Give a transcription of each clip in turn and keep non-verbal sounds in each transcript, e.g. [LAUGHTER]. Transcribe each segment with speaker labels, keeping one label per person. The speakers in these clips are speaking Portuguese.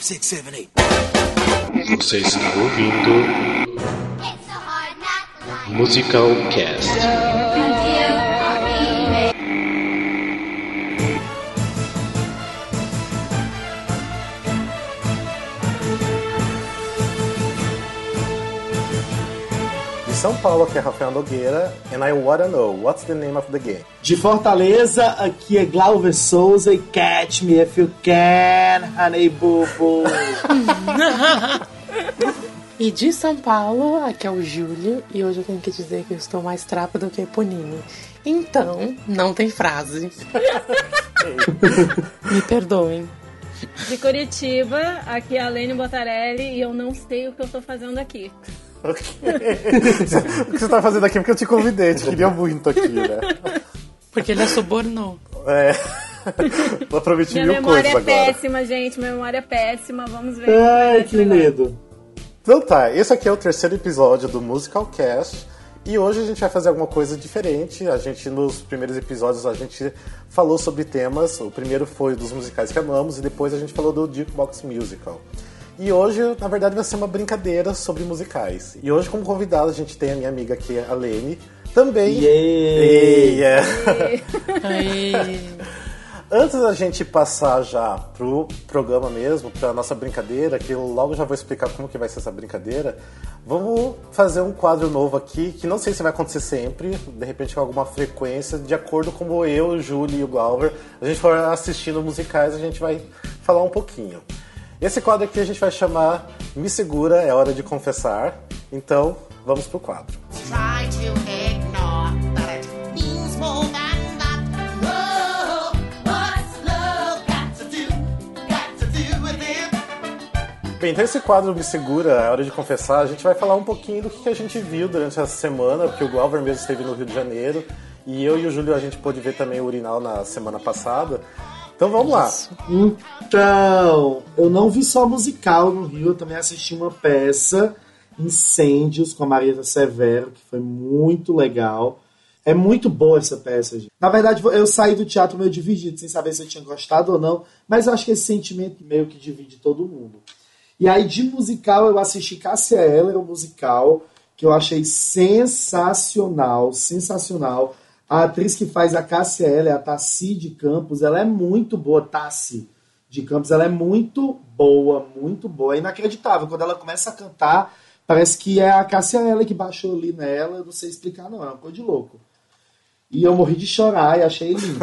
Speaker 1: six, seven, eight.
Speaker 2: Você está tá ouvindo
Speaker 3: It's a hard knock life.
Speaker 2: Musical Cast.
Speaker 4: De São Paulo, aqui é Rafael Nogueira, and I wanna know, what's the name of the game?
Speaker 5: De Fortaleza, aqui é Glauber Souza e catch me if you can, honey boo boo.
Speaker 6: E de São Paulo, aqui é o Júlio, e hoje eu tenho que dizer que eu estou mais trapa do que Ponini. Então, não tem
Speaker 4: [LAUGHS]
Speaker 6: frase. Me perdoem.
Speaker 7: De Curitiba, aqui é a Lene Botarelli e eu não sei o que eu tô fazendo aqui.
Speaker 4: Ok. [LAUGHS] o que você tá fazendo aqui? Porque eu te convidei, te queria muito aqui, né?
Speaker 6: Porque ele a subornou.
Speaker 4: É. [LAUGHS] Eu prometi
Speaker 7: Minha
Speaker 4: mil coisas
Speaker 7: memória é
Speaker 4: agora.
Speaker 7: péssima, gente. Minha memória é péssima. Vamos ver.
Speaker 5: Ai, que medo.
Speaker 4: Então tá, esse aqui é o terceiro episódio do Musical Cast. E hoje a gente vai fazer alguma coisa diferente. A gente, nos primeiros episódios, a gente falou sobre temas. O primeiro foi dos musicais que amamos e depois a gente falou do Jukebox Musical. E hoje, na verdade, vai ser uma brincadeira sobre musicais. E hoje, como convidada, a gente tem a minha amiga aqui, a Lene. Também.
Speaker 5: Yay!
Speaker 4: Ei, é.
Speaker 6: Aí,
Speaker 4: Antes da gente passar já pro programa mesmo, pra nossa brincadeira, que eu logo já vou explicar como que vai ser essa brincadeira, vamos fazer um quadro novo aqui, que não sei se vai acontecer sempre, de repente com alguma frequência, de acordo com como eu, o Júlio e o Glauber, a gente for assistindo musicais, a gente vai falar um pouquinho. Esse quadro aqui a gente vai chamar Me Segura, é hora de confessar. Então, vamos pro quadro.
Speaker 8: try to ignore that it means more than that. Love, what's love got to do? Got to do with it.
Speaker 4: Bem, então esse quadro Me Segura, é hora de confessar, a gente vai falar um pouquinho do que que a gente viu durante essa semana, porque o Glauber mesmo esteve no Rio de Janeiro, e eu e o Júlio a gente pôde ver também o Urinal na semana passada. Então vamos lá.
Speaker 5: Então, eu não vi só musical no Rio, eu também assisti uma peça, Incêndios, com a Mariana Severo, que foi muito legal. É muito boa essa peça, gente. Na verdade, eu saí do teatro meio dividido, sem saber se eu tinha gostado ou não, mas eu acho que esse sentimento meio que divide todo mundo. E aí, de musical, eu assisti Cássia Eller, um musical que eu achei sensacional, sensacional. A atriz que faz a Cássia Eller, a Tassi de Campos, ela é muito boa, Tassi de Campos, ela é muito boa, muito boa. É inacreditável, quando ela começa a cantar, parece que é a Cássia Eller que baixou ali nela, eu não sei explicar não, é uma coisa de louco. E eu morri de chorar e achei lindo.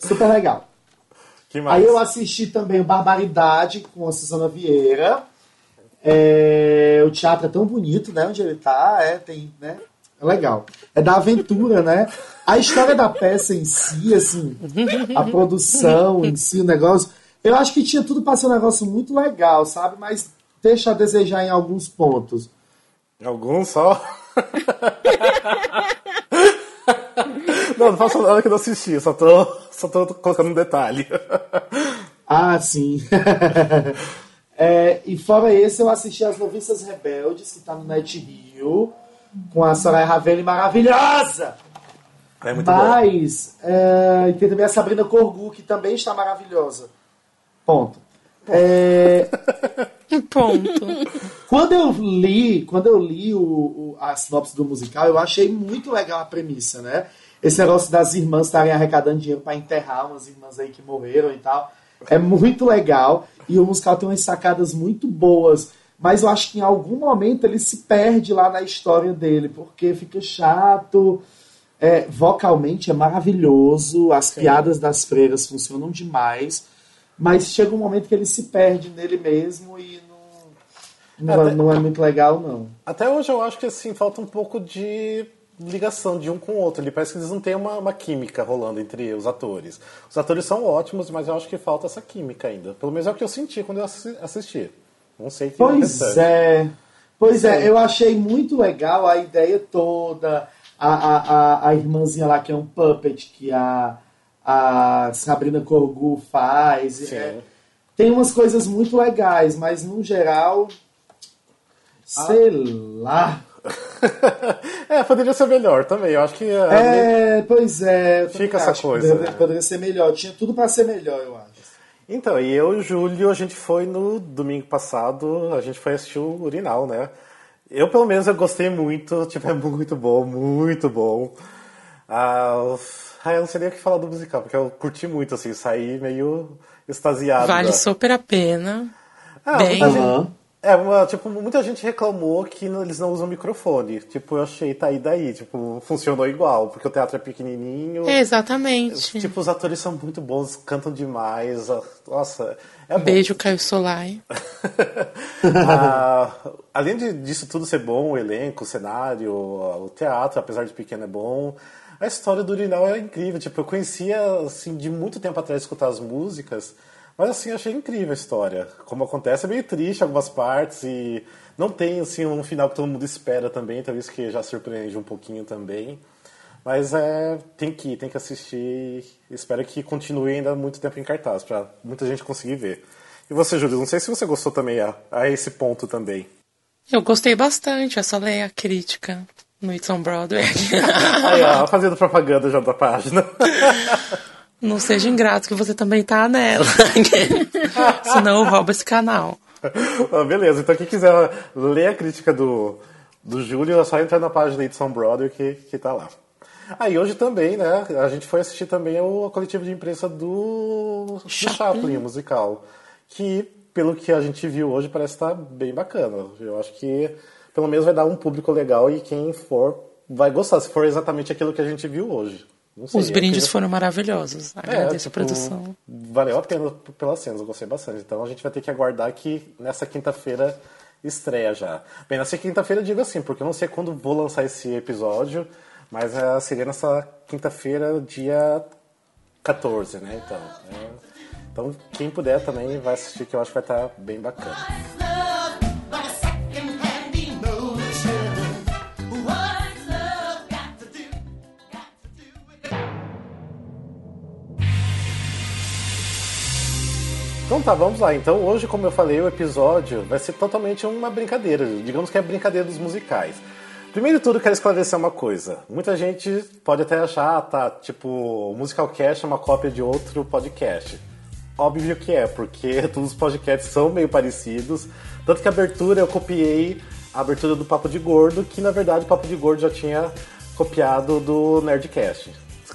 Speaker 5: Super legal.
Speaker 4: Que mais?
Speaker 5: Aí eu assisti também o Barbaridade com a Suzana Vieira. É, o teatro é tão bonito, né? Onde ele tá, é, tem, né? É legal. É da aventura, né? A história da peça em si, assim, a produção em si, o negócio. Eu acho que tinha tudo pra ser um negócio muito legal, sabe? Mas deixa a desejar em alguns pontos.
Speaker 4: Algum só? [LAUGHS] não, não faço nada que eu não assisti, só tô, só tô colocando um detalhe. [LAUGHS]
Speaker 5: Ah, sim. [LAUGHS] É, e fora esse, eu assisti As Noviças Rebeldes, que tá no Net Rio, com a Soraya Ravelli maravilhosa!
Speaker 4: É muito bom.
Speaker 5: Mas é, e tem também a Sabrina Corgu, que também está maravilhosa. Ponto. É,
Speaker 6: ponto.
Speaker 5: quando eu li, quando eu li o, o- a sinopse do musical, eu achei muito legal a premissa, né? Esse negócio das irmãs estarem arrecadando dinheiro para enterrar umas irmãs aí que morreram e tal. É muito legal. E o musical tem umas sacadas muito boas. Mas eu acho que em algum momento ele se perde lá na história dele, porque fica chato. É, vocalmente é maravilhoso, as piadas das freiras funcionam demais, mas chega um momento que ele se perde nele mesmo e não, não,
Speaker 4: Até-
Speaker 5: não é muito legal, não.
Speaker 4: Até hoje eu acho que assim, falta um pouco de ligação de um com o outro. Ele parece que eles não têm uma, uma química rolando entre os atores. Os atores são ótimos, mas eu acho que falta essa química ainda. Pelo menos é o que eu senti quando eu assi- assisti. Não sei que
Speaker 5: Pois é. Pois é, eu achei muito legal a ideia toda, a, a, a, a irmãzinha lá que é um puppet que a, a Sabrina Corgu faz.
Speaker 4: Sim.
Speaker 5: é. tem umas coisas muito legais, mas no geral.
Speaker 4: Ah.
Speaker 5: Sei lá.
Speaker 4: [LAUGHS] é, poderia ser melhor também. Eu acho que a-
Speaker 5: É, pois é. eu também
Speaker 4: né? Fica essa
Speaker 5: acho que
Speaker 4: coisa,
Speaker 5: Poderia,
Speaker 4: né?
Speaker 5: poderia ser melhor. Tinha tudo pra ser melhor, eu acho.
Speaker 4: Então, e eu e o Júlio, a gente foi no domingo passado, a gente foi assistir o Urinal, né? Eu, pelo menos, eu gostei muito, [LAUGHS] tipo, é muito bom, muito bom. Ah, ah, eu não sei nem o que falar do musical, porque eu curti muito, assim, saí meio extasiado. É,
Speaker 6: Vale
Speaker 4: da-
Speaker 6: super a pena.
Speaker 4: Ah,
Speaker 6: bem.
Speaker 4: muita gente-
Speaker 5: Aham.
Speaker 4: é, uma- tipo, muita gente reclamou que não- eles não usam microfone. Tipo, eu achei, tá aí daí, tipo, funcionou igual, porque o teatro é pequenininho.
Speaker 6: É, exatamente.
Speaker 4: Tipo, os atores são muito bons, cantam demais. ah, Nossa, é bom.
Speaker 6: Beijo, Caio Solai.
Speaker 4: Ah, além de- disso tudo ser bom, o elenco, o cenário, o teatro, apesar de pequeno, é bom. A história do Urinal é incrível. Tipo, eu conhecia, assim, de muito tempo atrás, escutar as músicas. Mas, assim, eu achei incrível a história. Como acontece, é meio triste algumas partes e... Não tem, assim, um final que todo mundo espera também. Então, isso que já surpreende um pouquinho também. Mas é, tem que ir, tem que assistir. Espero que continue ainda muito tempo em cartaz, pra muita gente conseguir ver. E você, Júlio, não sei se você gostou também a, a esse ponto também.
Speaker 6: Eu gostei bastante, é só ler a crítica no It's
Speaker 4: [LAUGHS]
Speaker 6: on Broadway.
Speaker 4: Aí, ó, fazendo propaganda já da página. [LAUGHS]
Speaker 6: Não seja ingrato que você também
Speaker 4: [LAUGHS]
Speaker 6: tá nela. Senão rouba esse canal.
Speaker 4: [LAUGHS] Ah, Beleza, então quem quiser ler a crítica do, do Júlio, é só entrar na página Edson Brother que, que tá lá. Aí hoje também, né, a gente foi assistir também o coletivo de imprensa do, do Chaplin, o musical. Que, pelo que a gente viu hoje, parece estar bem bacana. Eu acho que, pelo menos, vai dar um público legal e quem for vai gostar, se for exatamente aquilo que a gente viu hoje. Não sei, é
Speaker 6: Os
Speaker 4: eu
Speaker 6: brindes
Speaker 4: queria-
Speaker 6: foram maravilhosos.
Speaker 4: tipo,
Speaker 6: Agradeço a produção.
Speaker 4: Valeu a pena p- pelas cenas, eu gostei bastante. Então a gente vai ter que aguardar que nessa quinta-feira estreia já. Bem, nessa quinta-feira eu digo assim, porque eu não sei quando vou lançar esse episódio, mas eh, seria nessa quinta-feira, dia 14, né? Então, é- então quem puder também vai assistir, que eu acho que vai estar bem bacana.
Speaker 8: What's love but a second-hand emotion? What's love got to do? Got to do with it.
Speaker 4: Então tá, vamos lá. Então hoje, como eu falei, o episódio vai ser totalmente uma brincadeira. Digamos que é a brincadeira dos musicais. Primeiro de tudo, eu quero esclarecer uma coisa. Muita gente pode até achar, ah, tá, tipo, o Musical Cast é uma cópia de outro podcast. Óbvio que é, porque [LAUGHS] todos os podcasts são meio parecidos. Tanto que a abertura eu copiei a abertura do Papo de Gordo, que na verdade o Papo de Gordo já tinha copiado do Nerdcast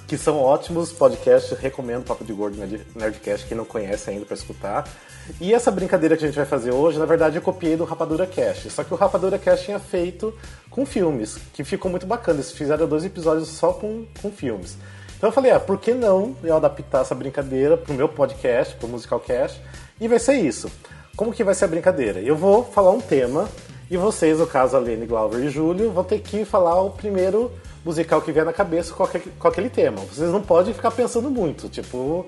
Speaker 4: que são ótimos podcasts, recomendo Papo de Gordo Nerd- Nerdcast, quem não conhece ainda pra escutar. E essa brincadeira que a gente vai fazer hoje, na verdade, eu copiei do Rapadura Cast, só que o Rapadura Cast tinha feito com filmes, que ficou muito bacana, eles fizeram dois episódios só com, com filmes. Então eu falei, ah, por que não eu adaptar essa brincadeira pro meu podcast, pro Musical Cast, e vai ser isso. Como que vai ser a brincadeira? Eu vou falar um tema, e vocês, no caso, a Lene, Glauber e Júlio, vão ter que falar o primeiro musical que vier na cabeça com aquele, com aquele tema. Vocês não podem ficar pensando muito, tipo,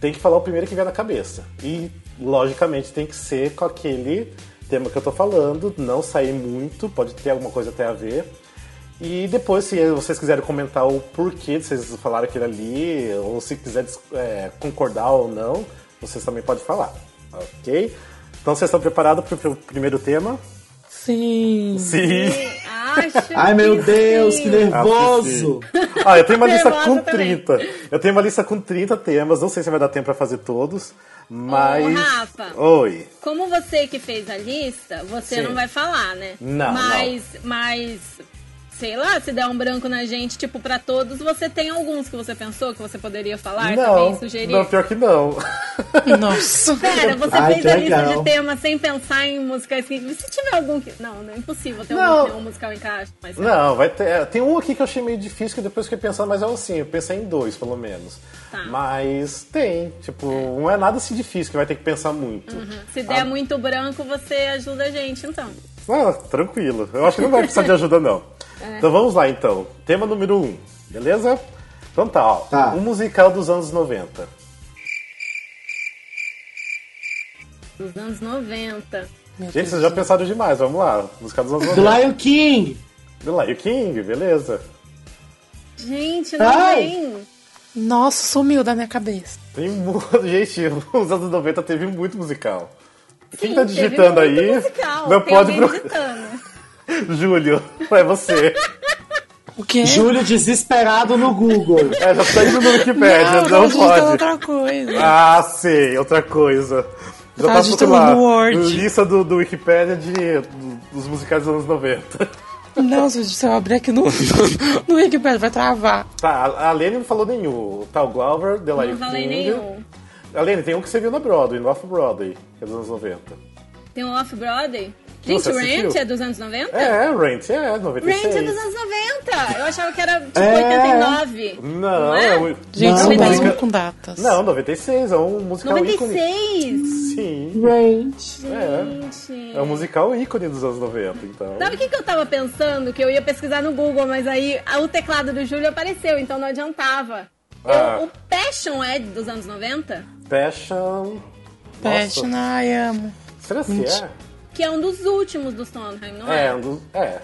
Speaker 4: tem que falar o primeiro que vier na cabeça. E, logicamente, tem que ser com aquele tema que eu tô falando, não sair muito, pode ter alguma coisa até a ver. E depois, se vocês quiserem comentar o porquê de vocês falaram aquilo ali, ou se quiser dis- é, concordar ou não, vocês também podem falar, ok? Então, vocês estão preparados para o primeiro tema? [LAUGHS]
Speaker 6: Sim.
Speaker 4: Sim!
Speaker 7: Acho
Speaker 5: Ai, meu
Speaker 7: que
Speaker 5: Deus,
Speaker 7: sim.
Speaker 5: que nervoso!
Speaker 4: Ah, eu tenho uma lista
Speaker 7: Nervosa
Speaker 4: com
Speaker 7: também.
Speaker 4: 30. Eu tenho uma lista com 30 temas, não sei se vai dar tempo pra fazer todos, mas.
Speaker 7: Ô, Rafa.
Speaker 4: Oi.
Speaker 7: Como você que fez a lista, você
Speaker 4: Sim.
Speaker 7: não vai falar, né?
Speaker 4: Não,
Speaker 7: Mas, mas, sei lá, se der um branco na gente, tipo, pra todos, você tem alguns que você pensou que você poderia falar também,
Speaker 4: não,
Speaker 7: sugerir?
Speaker 4: não, pior que não. [LAUGHS]
Speaker 6: Nossa.
Speaker 7: Pera, você
Speaker 5: Ai,
Speaker 7: fez
Speaker 5: que
Speaker 7: a lista
Speaker 5: legal.
Speaker 7: de temas sem pensar em musicais que... Se tiver algum que... Não, não é impossível ter
Speaker 4: Não.
Speaker 7: um, ter um musical em caixa, mas...
Speaker 4: Não, vai ter. é, Tem um aqui que eu achei meio difícil, que depois fiquei pensando, mas é assim, eu pensei em dois, pelo menos.
Speaker 7: Tá.
Speaker 4: Mas tem, tipo, não é nada assim difícil que vai ter que pensar muito.
Speaker 7: Se
Speaker 4: Tá.
Speaker 7: der muito branco, você ajuda a gente, então.
Speaker 4: Ah, tranquilo. Eu acho que não vai precisar de
Speaker 7: [LAUGHS]
Speaker 4: ajuda, não.
Speaker 7: É.
Speaker 4: Então vamos lá, então. Tema número 1, um, beleza? Então tá, ó.
Speaker 5: Tá.
Speaker 4: Um musical dos anos 90.
Speaker 7: Dos anos 90.
Speaker 4: Gente, vocês já pensaram demais, vamos lá. Musical dos anos 90.
Speaker 5: Do Lion King!
Speaker 4: Do Lion King, beleza.
Speaker 7: Gente, não
Speaker 5: Ai.
Speaker 7: vem!
Speaker 6: Nossa, sumiu da minha cabeça.
Speaker 4: Tem muito. [LAUGHS] Gente, os anos 90 teve muito musical. Quem
Speaker 7: Sim,
Speaker 4: tá
Speaker 7: teve
Speaker 4: digitando
Speaker 7: muito
Speaker 4: aí?
Speaker 7: musical,
Speaker 4: Não
Speaker 7: tem
Speaker 4: pode. [LAUGHS]
Speaker 7: alguém digitando.
Speaker 4: Júlio, é você.
Speaker 6: O quê?
Speaker 5: Júlio desesperado no Google.
Speaker 4: É, já tá indo no Wikipedia,
Speaker 6: eu
Speaker 4: não,
Speaker 6: tava digitando
Speaker 4: pode.
Speaker 6: tá é outra coisa.
Speaker 4: Ah, sei, outra coisa. Já
Speaker 6: Tá
Speaker 4: tá
Speaker 6: digitando
Speaker 4: lá,
Speaker 6: no Word.
Speaker 4: lista do, do Wikipedia de, do- dos musicais dos anos 90. Ah.
Speaker 6: Não, se se eu abrir
Speaker 4: [LAUGHS]
Speaker 6: aqui no, no, no Wikipedia, vai travar.
Speaker 4: Tá, a a Lene não falou nenhum. Tá, o Glauber, Delay
Speaker 7: Não falei nenhum.
Speaker 4: A Lene, tem um que você viu na Broadway, no Off-Broadway, que é dos anos 90.
Speaker 7: Tem um Off-Broadway? Gente,
Speaker 4: Você assistiu?
Speaker 7: Rent é dos anos 90?
Speaker 4: É, é Rent, é, 96.
Speaker 7: Rent é dos anos 90! Eu achava que era tipo
Speaker 5: É.
Speaker 7: 89.
Speaker 4: Não,
Speaker 7: é?
Speaker 4: é o...
Speaker 6: Gente,
Speaker 5: Não,
Speaker 6: são
Speaker 5: mas-
Speaker 6: péssimo com datas.
Speaker 4: Não, 96, é um musical ícone.
Speaker 7: 96!
Speaker 4: Sim,
Speaker 5: Gente.
Speaker 4: é.
Speaker 7: Gente.
Speaker 4: É um musical ícone dos anos 90, então.
Speaker 7: Sabe o que, que eu tava pensando? Que eu ia pesquisar no Google, mas aí ah, o teclado do Júlio apareceu, então não adiantava. Eu-
Speaker 4: Ah.
Speaker 7: o Passion é dos anos 90?
Speaker 4: Passion...
Speaker 6: Peste,
Speaker 4: Nossa,
Speaker 6: ai, amo.
Speaker 4: será que é?
Speaker 7: Que é um dos últimos dos Sondheim, não é?
Speaker 4: É, um dos. É.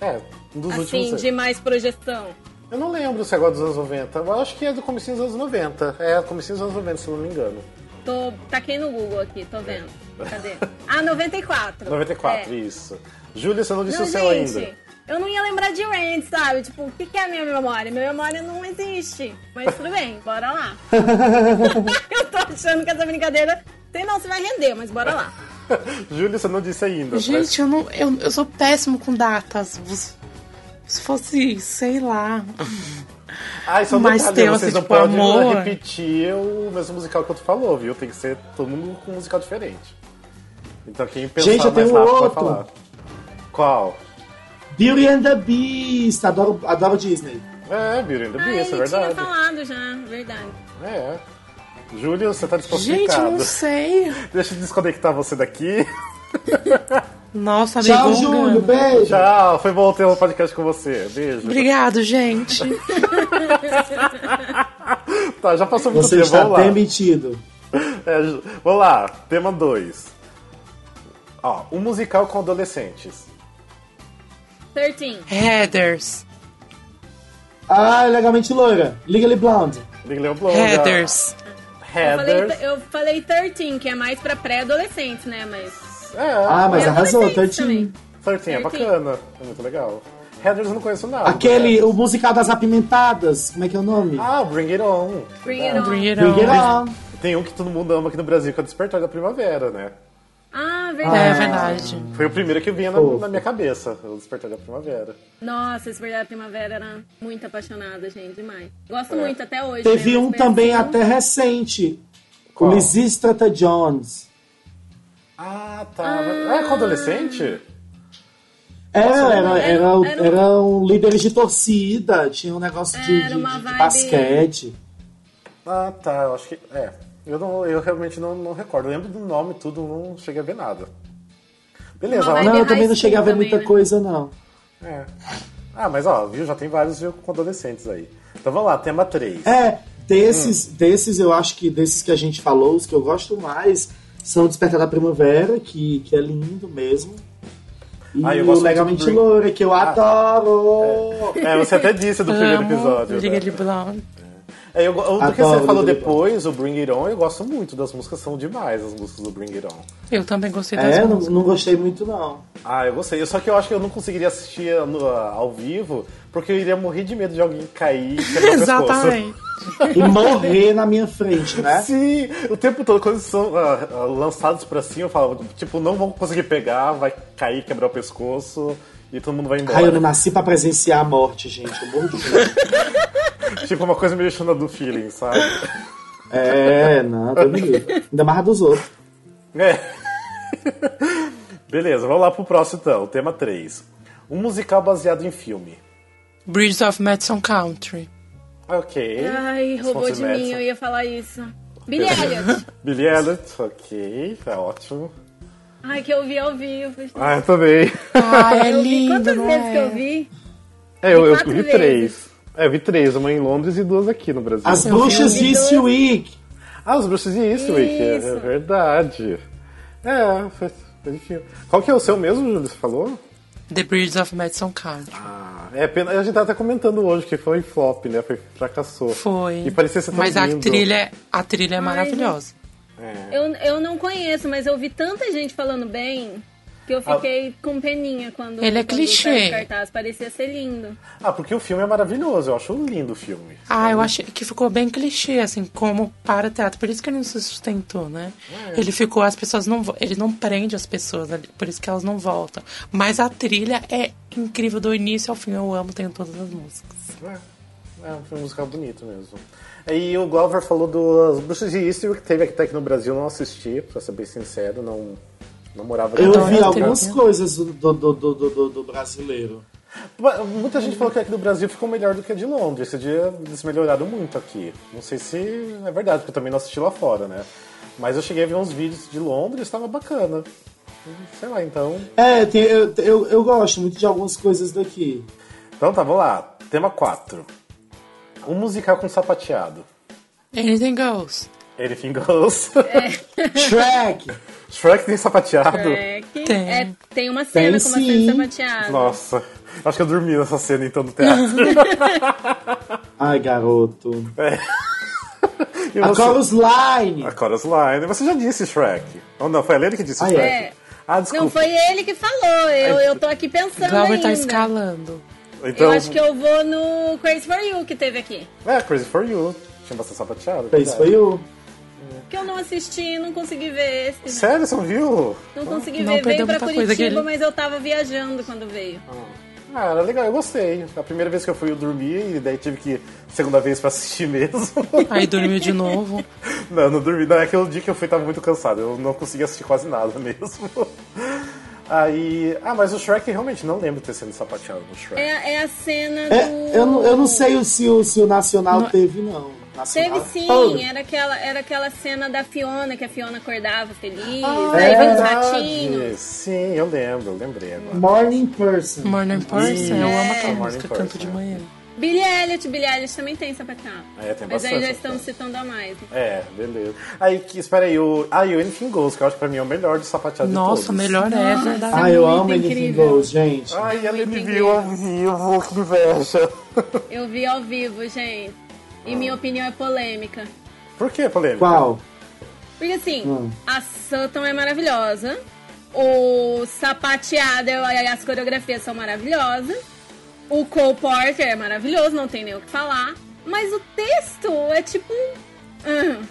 Speaker 4: É, um dos
Speaker 7: Assim,
Speaker 4: últimos.
Speaker 7: de mais projeção.
Speaker 4: Eu não lembro se é agora dos anos 90. Eu acho que é do comecinho dos anos 90. É, comecinho dos anos 90, se eu não me engano.
Speaker 7: Tô, taquei no Google aqui,
Speaker 4: É.
Speaker 7: tô vendo.
Speaker 4: [LAUGHS]
Speaker 7: Cadê? Ah, 94.
Speaker 4: 94, isso. Júlia, você não disse
Speaker 7: É. Não,
Speaker 4: o seu
Speaker 7: gente,
Speaker 4: ainda. [LAUGHS]
Speaker 7: eu não ia lembrar de Rand, sabe? Tipo, o que, que é a minha memória? Minha memória não existe. Mas tudo bem, bora
Speaker 4: [LAUGHS]
Speaker 7: lá. eu tô achando que essa brincadeira... Sei não se vai render, mas bora lá.
Speaker 4: Júlia, você não disse ainda. né?
Speaker 6: Gente, eu, não, eu, eu sou péssimo com datas. Vos- Se fosse, sei lá.
Speaker 4: Ah, e só um
Speaker 6: mas
Speaker 4: detalhe,
Speaker 6: tem,
Speaker 4: vocês
Speaker 6: assim,
Speaker 4: não
Speaker 6: tipo,
Speaker 4: podem
Speaker 6: amor.
Speaker 4: repetir o mesmo musical que eu tu falou, viu? Tem que ser todo mundo com um musical diferente. Então quem pensar
Speaker 5: Gente, eu
Speaker 4: mais
Speaker 5: tenho
Speaker 4: rápido vai
Speaker 5: outro.
Speaker 4: falar. Qual?
Speaker 5: Beauty and the Beast. Adoro, adoro Disney.
Speaker 4: É, Beauty and the
Speaker 7: Ah,
Speaker 4: Beast, é
Speaker 7: ele tinha
Speaker 4: verdade.
Speaker 7: falado já, verdade.
Speaker 4: É. Júlia, você tá
Speaker 6: Gente,
Speaker 4: [LAUGHS]
Speaker 6: eu
Speaker 4: desconfiado.
Speaker 6: não sei.
Speaker 4: Deixa eu desconectar você daqui. [LAUGHS]
Speaker 6: Nossa,
Speaker 5: Tchau,
Speaker 6: amigona.
Speaker 5: Júlio. Beijo.
Speaker 4: Tchau, foi bom ter um podcast com você. Beijo.
Speaker 6: Obrigado, gente.
Speaker 4: Tá, já passou muito
Speaker 5: Você
Speaker 4: tempo,
Speaker 5: está
Speaker 4: vamos lá.
Speaker 5: demitido.
Speaker 4: [LAUGHS] É, ju- vamos lá, tema 2. Ó, um musical com adolescentes.
Speaker 7: 13.
Speaker 6: Headers.
Speaker 5: Ah, legalmente loira. Legally Blonde.
Speaker 4: Big Leon Blonde.
Speaker 6: Headers.
Speaker 7: Eu falei,
Speaker 4: Headers.
Speaker 7: eu falei 13, que é mais pra pré-adolescentes, né? Mas.
Speaker 4: É,
Speaker 5: Ah, mas
Speaker 7: É
Speaker 5: arrasou,
Speaker 7: adolescente
Speaker 5: Tantinho.
Speaker 7: também.
Speaker 4: 13 é
Speaker 7: 13.
Speaker 4: bacana. É muito legal. Headers eu não conheço nada.
Speaker 5: Aquele, o musical das apimentadas. Como é que é o nome?
Speaker 4: Ah, Bring It On.
Speaker 7: Bring it on.
Speaker 6: Bring it
Speaker 5: Bring It
Speaker 6: on.
Speaker 5: On.
Speaker 4: Tem um que todo mundo ama aqui no Brasil, que é o Despertar da Primavera, né?
Speaker 7: Ah,
Speaker 6: É
Speaker 7: verdade.
Speaker 6: verdade.
Speaker 4: Foi o primeiro que vinha na,
Speaker 5: Pô.
Speaker 4: na minha cabeça, o Despertar da Primavera.
Speaker 7: Nossa, esse Verdade Primavera era muito apaixonada, gente, demais. Gosto muito até
Speaker 5: É.
Speaker 7: hoje.
Speaker 5: Teve
Speaker 7: né?
Speaker 5: um
Speaker 7: Mas
Speaker 5: também
Speaker 7: assim,
Speaker 5: até recente.
Speaker 4: Qual?
Speaker 5: O Lisístrata Jones.
Speaker 4: Ah, tá. É com adolescente?
Speaker 5: Era, É, era, era, o-
Speaker 7: Era um-
Speaker 5: eram líderes de torcida, tinha um negócio de,
Speaker 7: Era
Speaker 5: de-
Speaker 7: uma
Speaker 5: de
Speaker 7: vibe-
Speaker 5: basquete.
Speaker 4: Ah, tá. Eu acho que. É. Eu, não, eu realmente não, não recordo. Eu lembro do nome e tudo, não cheguei a ver nada. Beleza,
Speaker 7: Uma
Speaker 4: ó,
Speaker 7: vibe
Speaker 5: Não, eu
Speaker 7: high
Speaker 5: também não
Speaker 7: school
Speaker 5: cheguei a ver
Speaker 7: também,
Speaker 5: muita
Speaker 7: né?
Speaker 5: coisa, não.
Speaker 4: É. Ah, mas ó, viu? Já tem vários viu, com adolescentes aí. Então vamos lá, tema 3.
Speaker 5: É, desses,
Speaker 4: Hum.
Speaker 5: desses eu acho que desses que a gente falou, os que eu gosto mais são Despertar da Primavera, que, que é lindo mesmo. E
Speaker 4: Ah, eu gosto
Speaker 5: o
Speaker 4: muito
Speaker 5: Legalmente
Speaker 4: do- Ah.
Speaker 5: Loura, que eu adoro!
Speaker 4: É, você até disse do primeiro episódio.
Speaker 6: [LAUGHS] Amo.
Speaker 4: né?
Speaker 6: Legally Blonde.
Speaker 4: É, eu, go- do que
Speaker 5: Adoro
Speaker 4: você falou
Speaker 5: Big Little
Speaker 4: depois, o Bring It On, eu gosto muito das músicas, são demais as músicas do Bring It On.
Speaker 6: Eu também gostei das
Speaker 5: É, não,
Speaker 6: músicas.
Speaker 5: não gostei muito, não.
Speaker 4: Ah, eu gostei. Só que eu acho que eu não conseguiria assistir ah, no- ao vivo, porque eu iria morrer de medo de alguém cair e quebrar o pescoço. Né?
Speaker 6: Exatamente.
Speaker 5: E morrer na minha frente,
Speaker 7: [LAUGHS]
Speaker 5: né?
Speaker 4: Sim, o tempo todo, quando eles são ah, ah, lançados pra cima, eu falo, tipo, não vão conseguir pegar, vai cair, quebrar o pescoço e todo mundo vai embora.
Speaker 5: Ai, eu não nasci pra presenciar a morte, gente. Eu morro de medo.
Speaker 4: Tipo, uma coisa meio Xana do feeling, sabe?
Speaker 5: É, não, Deus me livre. Ainda mais a dos outros.
Speaker 4: É. [LAUGHS] Beleza, vamos lá pro próximo então, tema 3. Um musical baseado em filme.
Speaker 6: Bridges of Madison Country.
Speaker 4: Ok.
Speaker 7: Ai, roubou
Speaker 4: Response
Speaker 7: de mim,
Speaker 4: Madison.
Speaker 7: eu ia falar
Speaker 5: [LAUGHS]
Speaker 7: isso. Billie Elliot.
Speaker 4: Billie Elliot, ok, tá ótimo.
Speaker 7: Ai, que eu vi ao vivo. gente.
Speaker 4: Ah, eu também.
Speaker 7: [LAUGHS]
Speaker 6: Ah, é
Speaker 7: Eu vi
Speaker 6: lindo,
Speaker 5: né?
Speaker 7: quantas
Speaker 6: não
Speaker 7: vezes
Speaker 6: é?
Speaker 7: que eu vi?
Speaker 4: É, eu, eu
Speaker 7: Quatro
Speaker 4: vi
Speaker 7: vezes.
Speaker 4: três. É, eu vi três, uma em Londres e duas aqui no
Speaker 6: Ah,
Speaker 4: Brasil.
Speaker 7: é um
Speaker 5: As bruxas de Eastwick.
Speaker 4: Ah, os bruxos de Eastwick, é,
Speaker 7: Isso.
Speaker 4: é verdade. É, foi, foi difícil. Qual que é o seu mesmo, Júlio? Você falou?
Speaker 6: The Bridges of Madison Country.
Speaker 4: Ah, é pena. A gente tava até comentando hoje que foi flop, né? Foi, fracassou.
Speaker 6: Foi.
Speaker 4: E parecia ser tão
Speaker 6: Mas a
Speaker 4: lindo.
Speaker 6: trilha, a trilha é maravilhosa.
Speaker 7: Eu, eu não conheço, mas eu vi tanta gente falando bem. Que
Speaker 5: Ah.
Speaker 7: eu fiquei com peninha quando
Speaker 6: Ele é
Speaker 7: quando
Speaker 6: clichê.
Speaker 7: saiu o cartaz. Parecia ser lindo.
Speaker 4: Ah, porque o filme é maravilhoso, eu acho lindo o filme.
Speaker 6: Ah, eu achei que ficou bem clichê, assim, como para teatro. Por isso que ele não se sustentou, né?
Speaker 4: É.
Speaker 6: Ele ficou, as pessoas não. vo- Ele não prende as pessoas, né? por isso que elas não voltam. Mas a trilha é incrível do início ao fim. Eu amo, tenho todas as músicas.
Speaker 4: É, é um filme musical bonito mesmo. E o Glover falou das Bruxas de Eastwick, que teve até aqui no Brasil, não assisti, pra ser bem sincero, não, não morava aqui.
Speaker 5: Eu
Speaker 6: Então,
Speaker 5: vi
Speaker 6: eu
Speaker 5: algumas
Speaker 6: tenho-
Speaker 5: coisas do, do, do, do, do- do brasileiro.
Speaker 4: Mas Muita gente falou que aqui do Brasil ficou melhor do que a de Londres. Esse dia eles melhoraram muito aqui. Não sei se é verdade, porque eu também não assisti lá fora, né? Mas eu cheguei a ver uns vídeos de Londres, tava bacana. Sei lá, então.
Speaker 5: É, tem- eu, eu, eu gosto muito de algumas coisas
Speaker 7: [LAUGHS]
Speaker 5: daqui.
Speaker 4: Então tá, vamos lá. Tema 4. Um musical com sapateado.
Speaker 6: Anything goes.
Speaker 4: Anything goes.
Speaker 5: Shrek!
Speaker 4: [LAUGHS] Shrek tem sapateado.
Speaker 7: É que
Speaker 6: Tem.
Speaker 7: é, tem uma cena
Speaker 5: Tá Tem
Speaker 7: com
Speaker 5: sim.
Speaker 7: uma sapateada.
Speaker 4: Nossa, acho que eu dormi nessa cena então
Speaker 5: [LAUGHS]
Speaker 4: do teatro.
Speaker 5: Ai, garoto.
Speaker 4: E
Speaker 5: A
Speaker 4: você- Ah,
Speaker 5: Chorus Line!
Speaker 4: A Chorus Line. Você já disse Shrek. Ou não, foi a Lene que disse
Speaker 5: Ah, é.
Speaker 4: Shrek.
Speaker 7: É.
Speaker 4: Ah, desculpa.
Speaker 7: Não, foi ele que falou. Eu, eu tô aqui pensando
Speaker 6: Glauber
Speaker 7: ainda.
Speaker 6: tá escalando.
Speaker 4: Então,
Speaker 7: Eu acho que eu vou no Crazy For You que teve aqui.
Speaker 4: É, Crazy For You. Tinha bastante sapateado.
Speaker 5: É Isso foi o.
Speaker 7: Que eu não assisti, não consegui ver esse. né?
Speaker 4: Sério, você não viu?
Speaker 7: Não consegui
Speaker 6: Não,
Speaker 7: ver. Veio
Speaker 6: perdeu
Speaker 7: pra
Speaker 6: muita coisa
Speaker 7: Curitiba,
Speaker 6: que ele-
Speaker 7: mas eu tava viajando quando veio.
Speaker 4: Ah, era legal, eu gostei. A primeira vez que eu fui, eu dormi, e daí tive que segunda vez pra assistir [LAUGHS] mesmo.
Speaker 6: Aí dormiu de novo.
Speaker 4: não, não dormi. Não, é aquele dia que eu fui, tava muito cansado. Eu não consegui assistir quase nada [LAUGHS] mesmo. Aí. Ah, mas o Shrek realmente não lembro de ter sido sapateado no Shrek.
Speaker 7: É, é a cena
Speaker 5: É,
Speaker 7: do.
Speaker 5: eu, não- eu não sei o- se o, se o Nacional teve, não.
Speaker 7: Teve
Speaker 5: Nacional
Speaker 7: sim, é.
Speaker 5: todo.
Speaker 7: era aquela, era aquela cena da Fiona, que a Fiona acordava feliz,
Speaker 4: Ah,
Speaker 7: aí vinha os
Speaker 4: verdade.
Speaker 7: ratinhos.
Speaker 4: Sim, eu lembro, eu lembrei agora.
Speaker 5: Morning Person.
Speaker 6: Morning Person, eu amo aquela
Speaker 4: Morning
Speaker 6: música,
Speaker 4: Person,
Speaker 6: canto de
Speaker 4: é.
Speaker 6: manhã.
Speaker 7: Billie Elliot, Billie Elliot também tem sapateado.
Speaker 4: É, tem
Speaker 7: Mas
Speaker 4: bastante
Speaker 7: aí já
Speaker 4: sapateado.
Speaker 7: estamos citando a mais.
Speaker 4: É, beleza. Aí, que, espera aí, o. Ah, e o Anything Goes, que eu acho que pra mim é o melhor de sapateado de
Speaker 6: Nossa,
Speaker 4: todos.
Speaker 6: melhor é verdade.
Speaker 5: Ah, eu
Speaker 7: é Muito
Speaker 5: amo Anything
Speaker 7: incrível.
Speaker 5: Goes, gente.
Speaker 4: Ai, a Lene
Speaker 7: Muito
Speaker 4: viu ao vivo, que inveja. [LAUGHS]
Speaker 7: Eu vi ao vivo, gente. E minha opinião é polêmica.
Speaker 4: Por que, polêmica?
Speaker 5: Qual?
Speaker 7: Porque assim,
Speaker 5: Hum.
Speaker 7: a Sutton é maravilhosa. O sapateado, eu- as coreografias são maravilhosas. O Cole Porter é maravilhoso, não tem nem o que falar. Mas o texto é tipo. hum,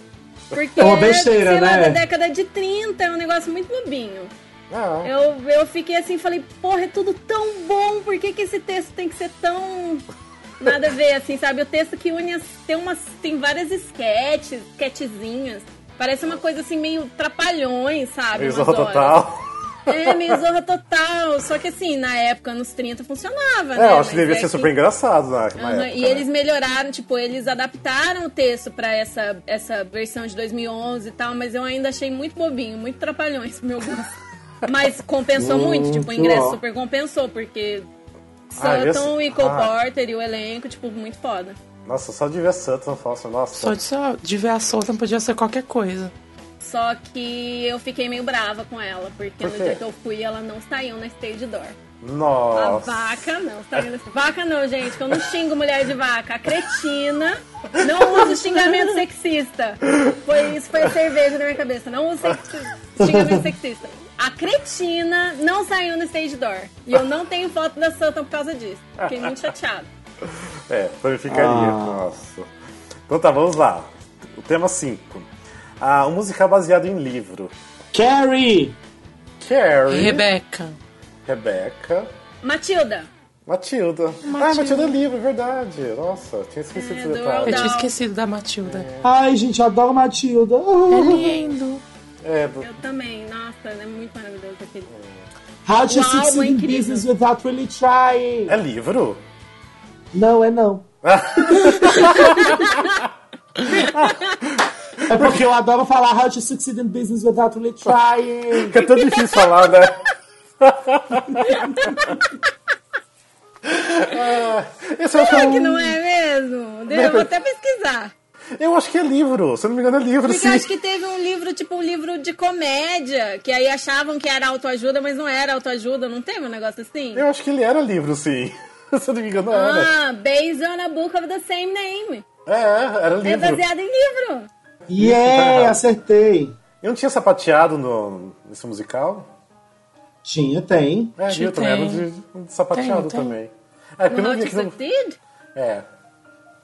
Speaker 7: porque
Speaker 5: É uma besteira,
Speaker 7: sei lá,
Speaker 5: né?
Speaker 7: da década de 30, é um negócio muito bobinho.
Speaker 4: Ah,
Speaker 7: Eu, eu fiquei assim, falei, porra, é tudo tão bom, por que, que esse texto tem que ser tão. [LAUGHS] Nada a ver, assim, sabe? O texto que une as, tem umas. tem várias esquetes, esquetezinhas. Parece uma coisa assim, meio trapalhões, sabe?
Speaker 4: Fez
Speaker 7: Umas
Speaker 4: o
Speaker 7: horas.
Speaker 4: total.
Speaker 7: É, meio zorra total. Só que assim, na época, anos 30, funcionava, né?
Speaker 4: É, eu acho que
Speaker 7: Mas
Speaker 4: devia
Speaker 7: é
Speaker 4: ser super engraçado na, na
Speaker 7: Aham,
Speaker 4: época,
Speaker 7: Uhum, e
Speaker 4: né?
Speaker 7: eles melhoraram, tipo, eles adaptaram o texto pra essa, essa versão de 2011 e tal, mas eu ainda achei muito bobinho, muito trapalhões pro meu gosto.
Speaker 4: [LAUGHS]
Speaker 7: mas compensou muito, tipo, o ingresso
Speaker 5: ó.
Speaker 7: super compensou, porque
Speaker 4: Hum, Ah, eu
Speaker 7: Sutton
Speaker 4: sei.
Speaker 7: e Cole
Speaker 4: Ah.
Speaker 7: Porter e o elenco, tipo, muito foda.
Speaker 4: Nossa, só de ver Sutton falsa, assim, nossa.
Speaker 6: Só de, só de ver a solta podia ser qualquer coisa.
Speaker 7: Só que eu fiquei meio brava com ela, porque
Speaker 4: Por
Speaker 7: no
Speaker 4: quê?
Speaker 7: dia que eu fui, ela não saiu na stage door. A
Speaker 4: Nossa.
Speaker 7: vaca não saiu na Vaca não, gente, que eu não xingo mulher de vaca. A cretina, não uso xingamento sexista. Foi isso, foi cerveja na minha cabeça. Não uso sexi- xingamento sexista. A cretina não saiu no stage door. E eu não tenho foto da Santa por causa disso. Fiquei muito chateada.
Speaker 4: É, também ficaria.
Speaker 5: Ah.
Speaker 4: Nossa. Então tá, vamos lá. O tema 5. Ah, um musical baseado em livro.
Speaker 5: Carrie!
Speaker 4: Carrie,
Speaker 6: Rebeca.
Speaker 4: Rebeca,
Speaker 7: Matilda,
Speaker 4: Matilda. Ah, Matilda é livro, é verdade. Nossa, tinha esquecido
Speaker 7: É,
Speaker 4: esse
Speaker 7: do
Speaker 6: Eu
Speaker 4: detalhe.
Speaker 7: Roald
Speaker 6: tinha
Speaker 7: Não.
Speaker 6: esquecido da Matilda.
Speaker 5: Ai, gente, eu adoro Matilda.
Speaker 6: É lindo.
Speaker 4: É, do...
Speaker 7: eu também. Nossa, é muito maravilhoso aquele.
Speaker 5: How to
Speaker 7: Uau, é
Speaker 5: succeed in
Speaker 7: incrível.
Speaker 5: business without really trying.
Speaker 4: é livro?
Speaker 5: Não, é não. [LAUGHS] é porque eu adoro falar how to succeed in business without really trying.
Speaker 4: Porque é tão difícil falar, né? É, esse eu acho que é
Speaker 7: Será que
Speaker 4: um-
Speaker 7: não é mesmo? Eu vou até pesquisar.
Speaker 4: Eu acho que é livro, se eu não me engano é livro,
Speaker 7: Porque
Speaker 4: sim.
Speaker 7: eu acho que teve um livro, tipo um livro de comédia, que aí achavam que era autoajuda, mas não era autoajuda, não teve um negócio assim?
Speaker 4: Eu acho que ele era livro, sim. [LAUGHS] se eu não me engano era.
Speaker 7: Ah, Based on a Book of the Same Name.
Speaker 4: É, era
Speaker 7: É
Speaker 4: livro.
Speaker 7: baseado em livro.
Speaker 5: [LAUGHS] Yeah, acertei.
Speaker 4: Eu não tinha sapateado no, nesse musical?
Speaker 5: Tinha, tem.
Speaker 4: É,
Speaker 6: Tinha,
Speaker 4: eu também era
Speaker 6: tem.
Speaker 4: um de sapateado
Speaker 6: Tem, tem.
Speaker 4: também. É, porque eu
Speaker 7: No
Speaker 4: não vi
Speaker 7: Not
Speaker 4: aqui no...
Speaker 7: Succeed?
Speaker 4: É.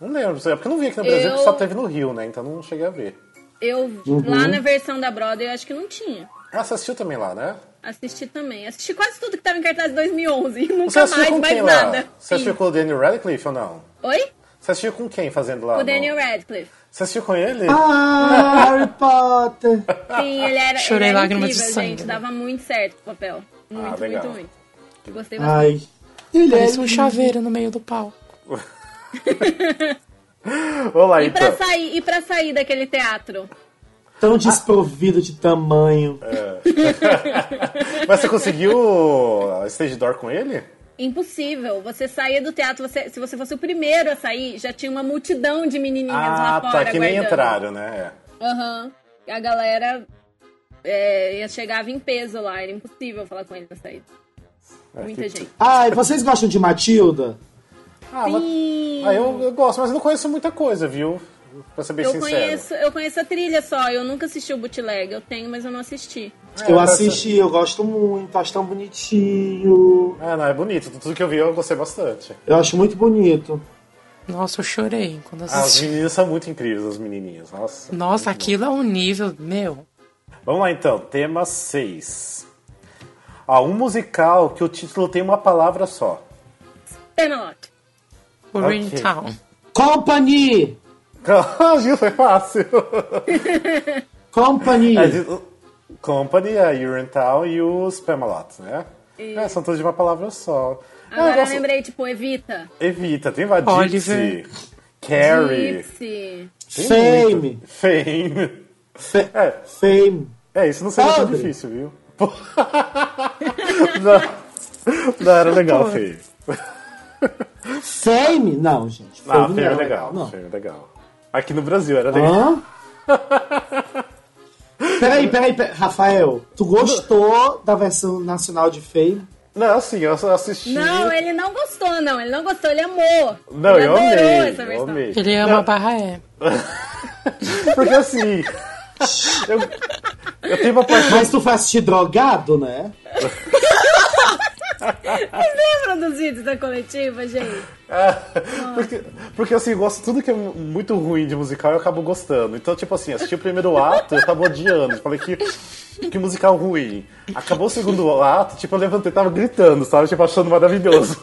Speaker 4: Não lembro, é porque eu não vi aqui no Brasil,
Speaker 7: Eu-
Speaker 4: porque só teve no Rio, né? Então não cheguei a ver.
Speaker 7: Eu,
Speaker 4: Uhum.
Speaker 7: lá na versão da Broadway, eu acho que não tinha.
Speaker 4: Ah, você assistiu também lá, né?
Speaker 7: Assisti também. Assisti quase tudo que tava em cartaz em 2011. E
Speaker 4: Você
Speaker 7: nunca
Speaker 4: assistiu
Speaker 7: mais,
Speaker 4: com quem
Speaker 7: mais
Speaker 4: lá?
Speaker 7: nada.
Speaker 4: Você assistiu
Speaker 7: Sim.
Speaker 4: com o Daniel Radcliffe ou não?
Speaker 7: Oi?
Speaker 4: Você assistiu com quem fazendo lá?
Speaker 7: O
Speaker 4: no-
Speaker 7: Daniel Radcliffe.
Speaker 4: Você assistiu com ele?
Speaker 5: Ah, Harry Potter!
Speaker 4: Ah,
Speaker 7: Sim, ele era,
Speaker 6: Chorei
Speaker 7: ele era
Speaker 6: lágrimas de
Speaker 7: incrível,
Speaker 6: sangue,
Speaker 7: gente.
Speaker 6: né?
Speaker 7: Dava muito certo o papel. Muito,
Speaker 4: Ah, legal. Ah,
Speaker 7: muito, muito. Gostei bastante.
Speaker 5: Ai. Ele
Speaker 6: Parece
Speaker 5: é
Speaker 6: um chaveiro no meio do pau.
Speaker 4: Vamos lá,
Speaker 7: E pra,
Speaker 4: então.
Speaker 7: sair, e pra sair daquele teatro?
Speaker 5: tão desprovido de tamanho.
Speaker 7: né?
Speaker 4: Mas você conseguiu a stage door com ele?
Speaker 7: Impossível. Você saía do teatro, você, se você fosse o primeiro a sair, já tinha uma multidão de menininhas
Speaker 4: ah,
Speaker 7: lá fora.
Speaker 4: tá, que nem
Speaker 7: aguardando.
Speaker 4: entraram, né? É.
Speaker 7: Aham. A galera é, ia chegava em peso lá, era impossível falar com ele na saída. Muita
Speaker 4: que-
Speaker 7: gente.
Speaker 5: Ai, vocês gostam de Matilda?
Speaker 4: Ah, mas... ah eu, eu gosto, mas eu não conheço muita coisa, viu? Pra ser bem
Speaker 7: Eu
Speaker 4: sincero.
Speaker 7: conheço, eu conheço a trilha só, eu nunca assisti o bootleg, eu tenho, mas eu não assisti.
Speaker 4: É,
Speaker 5: eu
Speaker 4: pra
Speaker 5: assisti, eu gosto muito, acho tão bonitinho.
Speaker 4: Ah, não, é bonito. Tudo que eu vi eu gostei bastante.
Speaker 5: Eu acho muito bonito.
Speaker 6: Nossa, eu chorei quando
Speaker 4: Ah, as
Speaker 6: assisti.
Speaker 4: meninas são muito incríveis, as menininhas. Nossa.
Speaker 6: Nossa, aquilo é um nível, meu.
Speaker 4: Vamos lá então, tema 6. Ah, um musical que o título tem uma palavra
Speaker 5: [LAUGHS]
Speaker 4: só.
Speaker 7: Camelot.
Speaker 6: Koreatown.
Speaker 5: Company! Ah,
Speaker 4: Viu? Foi fácil.
Speaker 5: Company!
Speaker 4: É, de- o Company, a Urinetown e os Spamalot, né? É, são todos de uma palavra só. Ah,
Speaker 7: Agora
Speaker 4: eu
Speaker 7: eu
Speaker 4: gosto-
Speaker 7: lembrei, tipo, Evita.
Speaker 4: Evita, tem uma
Speaker 6: Oliver.
Speaker 4: Gypsy, Carrie,
Speaker 7: Gypsy.
Speaker 4: tem
Speaker 5: Fame.
Speaker 4: muito. Fame.
Speaker 5: Fe-
Speaker 4: É,
Speaker 5: Fame.
Speaker 4: é, isso não seria tão
Speaker 5: Podre.
Speaker 4: difícil, viu? [LAUGHS] Pô. não, não, era legal, Fame.
Speaker 5: Fame? Não, gente. Fame não
Speaker 4: Ah, Fame é
Speaker 5: é
Speaker 4: legal,
Speaker 5: Não. Ah.
Speaker 4: Fame é legal. Aqui no Brasil era legal.
Speaker 5: Hã? peraí, peraí, peraí. Rafael, tu gostou da versão nacional de Fame?
Speaker 4: Não, assim, eu só assisti...
Speaker 7: Não, ele não gostou, não. Ele não gostou, ele amou.
Speaker 4: Não,
Speaker 7: ele
Speaker 4: eu
Speaker 7: adorou
Speaker 4: amei,
Speaker 7: essa
Speaker 4: eu
Speaker 7: versão.
Speaker 4: amei.
Speaker 6: Ele ama barra é.
Speaker 4: Porque
Speaker 7: [LAUGHS]
Speaker 4: assim... eu, eu tenho uma paixão...
Speaker 5: Mas tu foi assistir drogado, né?
Speaker 7: Lembra dos vídeos da coletiva, gente?
Speaker 4: Ah, porque, porque assim, eu gosto de tudo que é muito ruim de musical eu acabo gostando. Então, tipo assim, assisti o primeiro ato, eu tava odiando. Falei que, que musical ruim. Acabou o segundo ato, tipo, eu levantei e tava gritando, sabe? Tipo, achando maravilhoso.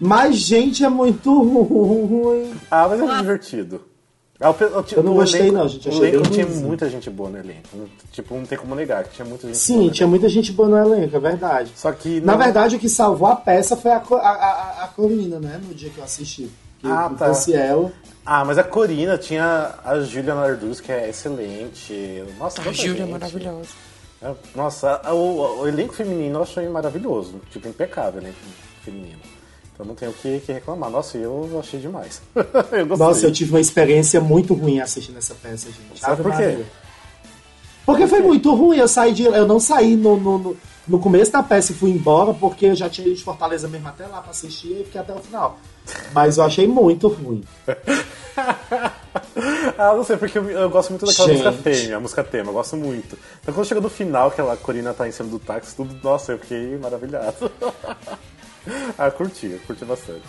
Speaker 5: Mas, gente, é muito ruim.
Speaker 4: Ah, mas é muito divertido. Ah, o pe- o- tipo,
Speaker 5: Eu não
Speaker 4: o
Speaker 5: gostei,
Speaker 4: elenco-
Speaker 5: não, gente,
Speaker 4: O
Speaker 5: achei bem
Speaker 4: elenco tinha
Speaker 5: ruimzinho.
Speaker 4: muita gente boa no elenco. Não- Tipo, não tem como negar que tinha muita gente boa.
Speaker 5: Sim,
Speaker 4: no
Speaker 5: tinha
Speaker 4: elenco.
Speaker 5: muita gente boa no elenco, é verdade.
Speaker 4: Só que.
Speaker 5: Na
Speaker 4: não-
Speaker 5: verdade, o que salvou a peça foi a, co- a, a, a Corina, né? No dia que eu assisti. Que
Speaker 4: Ah,
Speaker 5: eu
Speaker 4: tá.
Speaker 5: trouxe ela.
Speaker 4: Ah, mas a Corina tinha a Júlia Narduz, que é excelente. Nossa,
Speaker 6: A
Speaker 4: quanta
Speaker 6: Júlia é
Speaker 4: gente.
Speaker 6: maravilhosa.
Speaker 4: É, Nossa, a- o, o elenco feminino eu achei maravilhoso. Tipo, impecável o elenco feminino. Então não tenho o que, que reclamar. Nossa, eu achei demais. [LAUGHS] eu gostei.
Speaker 5: Nossa, eu tive uma experiência muito ruim assistindo essa peça, gente.
Speaker 4: Ah, por quê?
Speaker 5: Maria? Porque foi muito ruim, eu saí de. Eu não saí no, no, no, no começo da peça e fui embora, porque eu já tinha ido de Fortaleza mesmo até lá pra assistir e fiquei até o final. Mas eu achei muito ruim.
Speaker 4: [LAUGHS] ah, não sei, porque eu, eu gosto muito daquela
Speaker 5: Gente.
Speaker 4: música fêmea, a música tema, eu gosto muito. Então quando chega no final, que ela- a Corina tá em cima do táxi, tudo, nossa, eu fiquei maravilhado. [LAUGHS] ah, eu curti, eu curti bastante.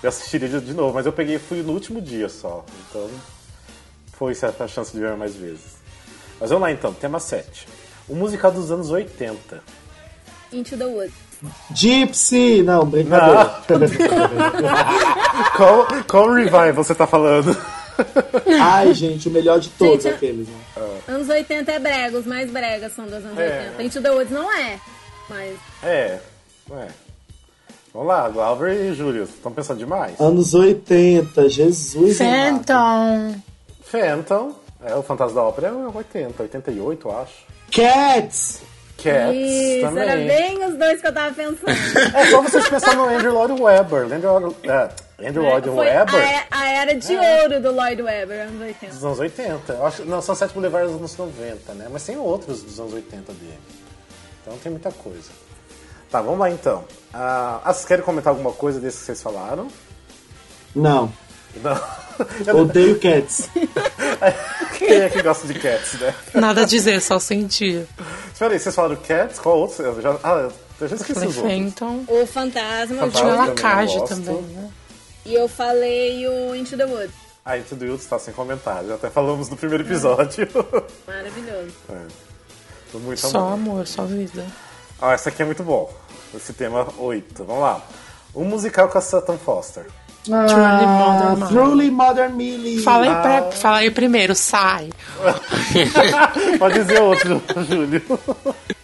Speaker 4: Eu assistiria de, de novo, mas eu peguei e fui no último dia só. Então foi certa a chance de ver mais vezes. Mas vamos lá então, tema 7. O musical dos anos 80.
Speaker 7: Into the Woods.
Speaker 5: Gypsy! Não, brincadeira.
Speaker 4: [LAUGHS] Qual, qual revival você tá falando?
Speaker 5: Ai, gente, o melhor de todos
Speaker 7: Gente,
Speaker 5: aqueles, né?
Speaker 7: Anos 80 é brega, os mais bregas são dos anos
Speaker 4: É.
Speaker 7: 80. Into the Woods não é, mas
Speaker 4: É, ué. Vamos lá, Glauber e Júlio, estão pensando demais?
Speaker 5: Anos 80, Jesus. amado.
Speaker 6: Phantom.
Speaker 4: Phantom, é, o Fantasma da Ópera é 80, 88, eu acho.
Speaker 5: Cats!
Speaker 4: Cats
Speaker 7: isso,
Speaker 4: É, também.
Speaker 7: era bem os dois que eu tava pensando.
Speaker 4: [LAUGHS] É só vocês pensarem no Andrew Lloyd Webber. Andrew, Lloyd- é, Andrew Lloyd
Speaker 7: Né, Foi é. a,
Speaker 4: Webber É.
Speaker 7: e- a era de ouro do Lloyd Webber, anos 80.
Speaker 4: dos anos 80. Eu acho, não, Sunset Boulevard é dos anos 90, né? Mas tem outros dos anos 80 dele. Então tem muita coisa. Tá, vamos lá então. Ah, ah, vocês querem comentar alguma coisa desse que vocês falaram?
Speaker 5: Não.
Speaker 4: Não. [LAUGHS]
Speaker 5: Odeio Cats.
Speaker 4: Quem é que gosta de Cats, né?
Speaker 6: Nada a dizer, só sentir.
Speaker 4: Espera aí, vocês falaram Cats? Qual outro? Eu já, ah, eu já esqueci os
Speaker 6: Falei,
Speaker 4: outros.
Speaker 6: então.
Speaker 7: O Fantasma, o
Speaker 4: Fantasma.
Speaker 6: Tinha
Speaker 4: eu
Speaker 6: o
Speaker 7: Joe,
Speaker 4: também
Speaker 6: Lacage
Speaker 4: gosto.
Speaker 6: também, né?
Speaker 7: e eu falei o Into the Woods.
Speaker 4: Ah, Into the Woods tá sem comentário. Até falamos no primeiro
Speaker 6: [LAUGHS]
Speaker 4: episódio.
Speaker 7: Maravilhoso.
Speaker 4: muito
Speaker 6: Só
Speaker 4: amor.
Speaker 6: amor, só vida.
Speaker 4: Ah, essa aqui é muito bom. Esse tema 8. Vamos lá. Um musical com a Sutton Foster. [LAUGHS]
Speaker 5: Ah,
Speaker 6: Modern
Speaker 5: Truly Modern Millie.
Speaker 6: Fala aí,
Speaker 4: Ah.
Speaker 6: pra- fala aí primeiro, sai.
Speaker 4: Pode dizer outro, [LAUGHS] Júlio.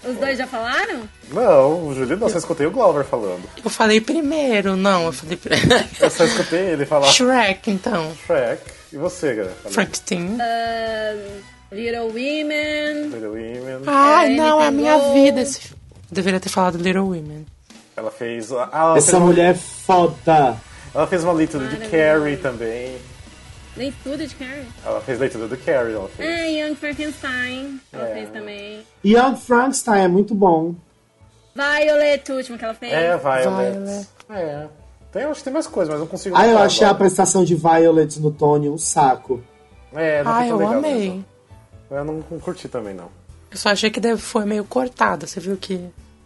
Speaker 7: Os dois já falaram?
Speaker 4: Não, o Júlio não. Só escutei o Glauber falando.
Speaker 6: Eu falei primeiro, não, eu falei pri- [LAUGHS]
Speaker 4: Eu só escutei ele falar
Speaker 6: Shrek, então.
Speaker 4: Shrek. E você, galera?
Speaker 6: Frank Teen.
Speaker 7: Ahn, Ah, Little Women.
Speaker 4: Little Women.
Speaker 6: Ai,
Speaker 7: É,
Speaker 6: não, é a
Speaker 7: Anything
Speaker 6: minha
Speaker 7: Goes.
Speaker 6: vida. esse fi- Deveria ter falado Little Women.
Speaker 4: Ela fez. Ah, ela fez,
Speaker 5: Essa mulher é foda.
Speaker 4: ela fez uma leitura de Carrie também.
Speaker 7: Nem tudo de Carrie.
Speaker 4: Ela fez leitura do Carrie, ela fez.
Speaker 7: É, Young Frankenstein. Ela
Speaker 4: É.
Speaker 7: fez também.
Speaker 5: Young Frankenstein é muito bom.
Speaker 7: Violet, o último que ela fez.
Speaker 4: É, Violet.
Speaker 6: Violet.
Speaker 4: É. Tem, acho que tem mais coisas, mas não consigo.
Speaker 5: Ah, eu
Speaker 4: lembrar
Speaker 5: achei a
Speaker 4: agora.
Speaker 5: apresentação de Violet no Tony um saco.
Speaker 4: É, não
Speaker 6: Ai,
Speaker 4: ficou
Speaker 6: Ah, eu
Speaker 4: legal
Speaker 6: amei.
Speaker 4: mesmo. Eu não, não curti também, não. [LAUGHS]
Speaker 6: Eu só achei que deve- foi meio cortada. Você viu que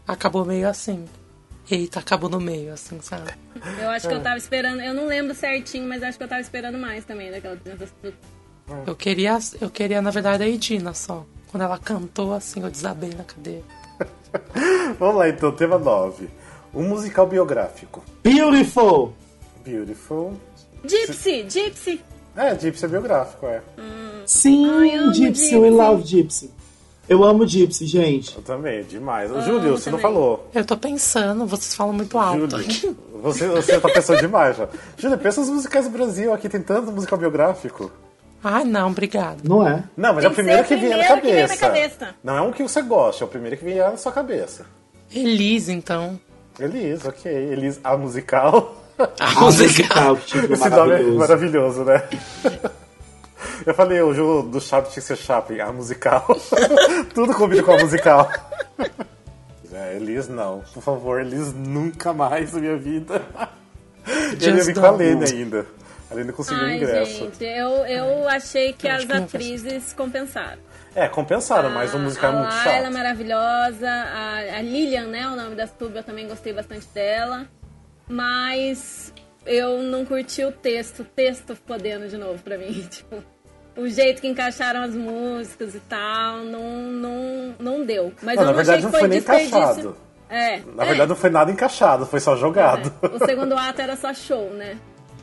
Speaker 6: acabou meio assim. Eita, acabou no meio, assim, sabe?
Speaker 7: Eu acho que eu tava esperando. Eu não lembro certinho, mas acho que eu tava esperando mais também daquela apresentação.
Speaker 6: Eu queria, eu queria na verdade, a Edina só. Quando ela cantou, assim, eu desabei na cadeira.
Speaker 4: Vamos lá, então, tema 9. Um musical biográfico.
Speaker 5: Beautiful!
Speaker 4: Beautiful.
Speaker 7: Gypsy, Gypsy.
Speaker 4: É, Gypsy é biográfico, é.
Speaker 5: Sim,
Speaker 7: Ai, eu amo
Speaker 5: Gypsy,
Speaker 7: Gypsy.
Speaker 5: we love Gypsy. Eu amo Gypsy, gente.
Speaker 4: Eu também, é demais. Ô, Júlio, você não
Speaker 7: também.
Speaker 4: falou.
Speaker 6: Eu tô pensando, vocês falam muito alto aqui.
Speaker 4: Júlio, você, você tá pensando demais já. Júlio, pensa nos musicais do Brasil, aqui tem tanto musical biográfico.
Speaker 6: Ai, não, obrigada.
Speaker 5: Não
Speaker 4: [LAUGHS]
Speaker 5: é?
Speaker 4: Não, mas
Speaker 7: Tem
Speaker 4: é o
Speaker 7: que
Speaker 4: primeiro
Speaker 7: ser
Speaker 4: que
Speaker 7: o
Speaker 4: vier na
Speaker 7: primeiro que vem na
Speaker 4: cabeça.
Speaker 7: cabeça.
Speaker 4: Não é um que você gosta, é o primeiro que vier na sua cabeça.
Speaker 6: Elise, então.
Speaker 4: Elis, ok. Elis, a musical.
Speaker 6: A
Speaker 5: A musical, que título
Speaker 4: Esse nome é
Speaker 5: maravilhoso.
Speaker 4: maravilhoso, né? [LAUGHS] Eu falei, o jogo do Chaplin tinha que ser Chaplin, a musical. [LAUGHS] Tudo combina com a musical. [LAUGHS] É, Elis, não. Por favor, Elis, nunca mais na
Speaker 7: [LAUGHS]
Speaker 4: minha vida. E eu
Speaker 6: Just
Speaker 4: vim com a
Speaker 6: don't.
Speaker 4: Lene ainda. A Lene conseguiu o
Speaker 7: Ai,
Speaker 4: ingresso.
Speaker 7: gente, eu, eu achei que
Speaker 6: Eu acho
Speaker 7: as
Speaker 6: que não faz
Speaker 7: atrizes compensaram.
Speaker 4: É, compensaram, mas o musical é
Speaker 7: a
Speaker 4: muito
Speaker 7: Laila
Speaker 4: chato.
Speaker 7: maravilhosa, a, a Lilian, né? O nome da sub, eu também gostei bastante dela. Mas eu não curti o texto. O texto podendo de novo pra mim. [LAUGHS] Tipo, o jeito que encaixaram as músicas e tal, não, não, não deu. Mas
Speaker 4: Não,
Speaker 7: eu
Speaker 4: na
Speaker 7: não
Speaker 4: verdade,
Speaker 7: achei que
Speaker 4: não
Speaker 7: foi
Speaker 4: foi nem
Speaker 7: desperdício.
Speaker 4: encaixado.
Speaker 7: É.
Speaker 4: Na
Speaker 7: é.
Speaker 4: verdade, não foi nada encaixado, foi só jogado.
Speaker 7: É, O segundo ato era só show, né?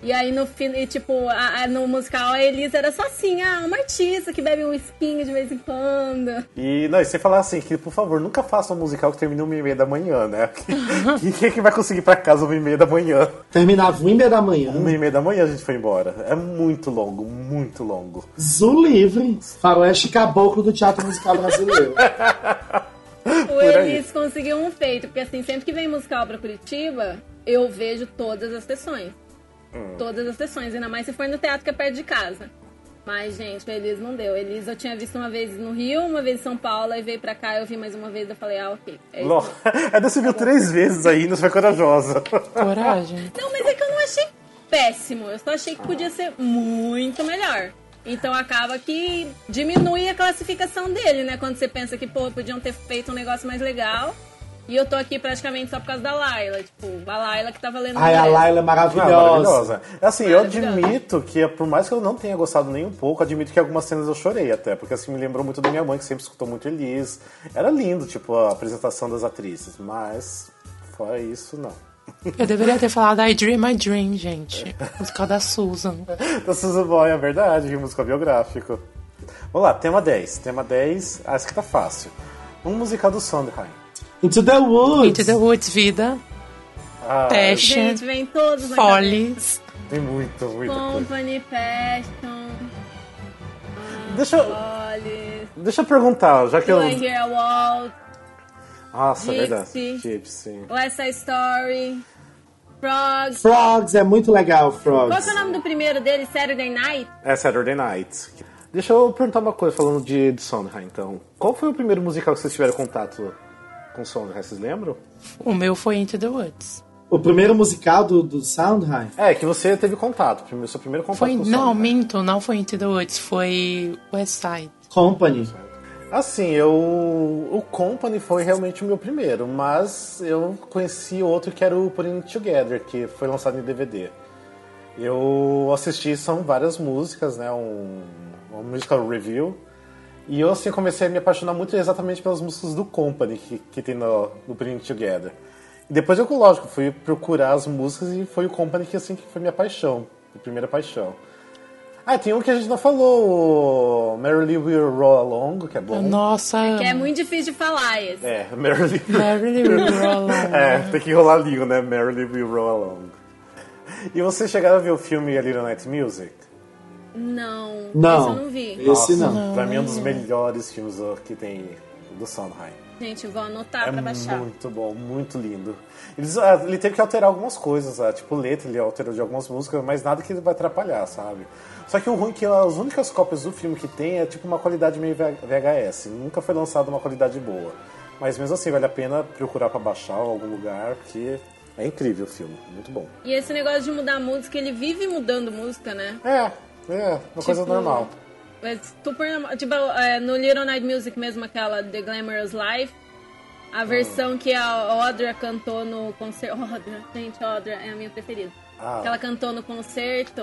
Speaker 7: E aí no fim, e, tipo, a- a- no musical a Elisa era só assim, ah, uma artista que bebe um espinho de vez em quando.
Speaker 4: [LAUGHS] E, não, e você falar assim, que por favor, nunca faça um musical que termine uma e meia da manhã, né? [LAUGHS] Quem quem é que vai conseguir ir pra casa uma e meia da manhã?
Speaker 5: Terminava uma e meia da manhã.
Speaker 4: Uma e meia da manhã a gente foi embora. É muito longo, muito longo.
Speaker 5: Zu livre. Faroeste caboclo do teatro musical
Speaker 4: [LAUGHS]
Speaker 5: brasileiro.
Speaker 7: O
Speaker 4: aí.
Speaker 7: Elis conseguiu um feito, porque assim, sempre que vem musical pra Curitiba, eu vejo todas as sessões. Todas as sessões, ainda mais se for no teatro que é perto de casa. Mas, gente, o Elis não deu. Elis eu tinha visto uma vez no Rio, uma vez em São Paulo, aí veio pra cá, eu vi mais uma vez, eu falei, ah, ok. É isso.
Speaker 4: [LAUGHS] Lo- Ainda subiu três vezes ainda, você foi corajosa.
Speaker 6: Coragem.
Speaker 7: Não, mas é que eu não achei péssimo. Eu só achei que podia ser muito melhor. Então acaba que diminui a classificação dele, né? Quando você pensa que, porra, podiam ter feito um negócio mais legal. E eu tô aqui praticamente só por causa da Laila. Tipo, a Laila que tava lendo.
Speaker 5: Ai, a
Speaker 7: ingresso.
Speaker 5: Laila é
Speaker 4: [LAUGHS] Não,
Speaker 5: maravilhosa.
Speaker 4: maravilhosa. Assim, eu
Speaker 7: Maravilhosa.
Speaker 4: admito que, é, por mais que eu não tenha gostado nem um pouco, admito que algumas cenas eu chorei até, porque assim me lembrou muito da minha mãe, que sempre escutou muito Elis. Era lindo, tipo, a apresentação das atrizes, mas fora isso, não. [LAUGHS]
Speaker 6: Eu deveria ter falado I Dream, I Dream, gente. Musical da Susan.
Speaker 4: Da Susan Boy, é verdade, que música biográfico. Vamos lá, tema 10. Tema 10, acho que tá fácil. Um musical do Sondheim.
Speaker 5: Into the Woods.
Speaker 6: Into the Woods, Vida,
Speaker 4: Ah,
Speaker 6: Passion,
Speaker 7: Gente, é vem todos na
Speaker 6: Folly,
Speaker 4: tem muito, muita
Speaker 7: cabeça.
Speaker 4: coisa.
Speaker 7: Company, Passion,
Speaker 4: Deixa eu,
Speaker 7: Folly,
Speaker 4: deixa eu perguntar, já que eu.
Speaker 7: Do I Hear a Wall,
Speaker 4: Nossa, é verdade.
Speaker 7: Gypsy.
Speaker 4: Gypsy.
Speaker 7: West Side Story, Frogs.
Speaker 5: Frogs, é muito legal,
Speaker 7: Qual
Speaker 5: Frogs.
Speaker 7: que é o nome do primeiro dele? Saturday Night?
Speaker 4: É Saturday Night. Deixa eu perguntar uma coisa falando de, de Sondheim, então. Qual foi o primeiro musical que vocês tiveram contato com Sondheim? Vocês lembram?
Speaker 6: o meu foi Into the Woods.
Speaker 5: O primeiro musical do, do Soundheim?
Speaker 4: É, que você teve contato, primeiro, seu primeiro contato
Speaker 6: Foi,
Speaker 4: com o
Speaker 6: não,
Speaker 4: Sonic.
Speaker 6: minto, não foi Into the Woods, foi West Side.
Speaker 5: Company.
Speaker 4: Assim, eu. O Company foi realmente o meu primeiro, mas eu conheci outro que era o Putting It Together, que foi lançado em DVD. Eu assisti, são várias músicas, né? Um, um musical review. E eu, assim, comecei a me apaixonar muito exatamente pelas músicas do Company que, que tem no, no Putting It Together. E depois eu, lógico, fui procurar as músicas e foi o Company que, assim, que foi minha paixão, minha primeira paixão. Ah, tem um que a gente não falou, o Merrily Will Roll Along, que é bom.
Speaker 6: Nossa,
Speaker 7: Que é muito difícil de falar esse.
Speaker 4: É, Merrily
Speaker 6: Merrily Will Roll Along.
Speaker 4: É, tem que rolar a língua, né? Merrily Will Roll Along. E vocês chegaram a ver o filme A Little Night Music?
Speaker 7: Não,
Speaker 5: Não.
Speaker 7: esse eu não vi.
Speaker 5: Esse não.
Speaker 4: Pra mim é um dos melhores filmes que tem do Sondheim.
Speaker 7: Gente, eu vou anotar
Speaker 4: É
Speaker 7: pra baixar.
Speaker 4: muito bom, muito lindo. Eles, ah, ele teve que alterar algumas coisas, ah, tipo letra, ele alterou de algumas músicas, mas nada que ele vai atrapalhar, sabe? Só que o ruim é que as únicas cópias do filme que tem é tipo uma qualidade meio V- VHS. Nunca foi lançada uma qualidade boa. Mas mesmo assim, vale a pena procurar pra baixar em algum lugar, porque é incrível o filme, muito bom.
Speaker 7: E esse negócio de mudar a música, ele vive mudando música, né? Tipo,
Speaker 4: É, é, uma coisa normal.
Speaker 7: É super normal. Tipo, é, no Little Night Music mesmo, aquela The Glamorous Life,
Speaker 4: Ah.
Speaker 7: a versão que a Odra cantou no concerto. [LAUGHS] Odra, gente, Odra é a minha preferida.
Speaker 4: Ah.
Speaker 7: Que ela cantou no concerto.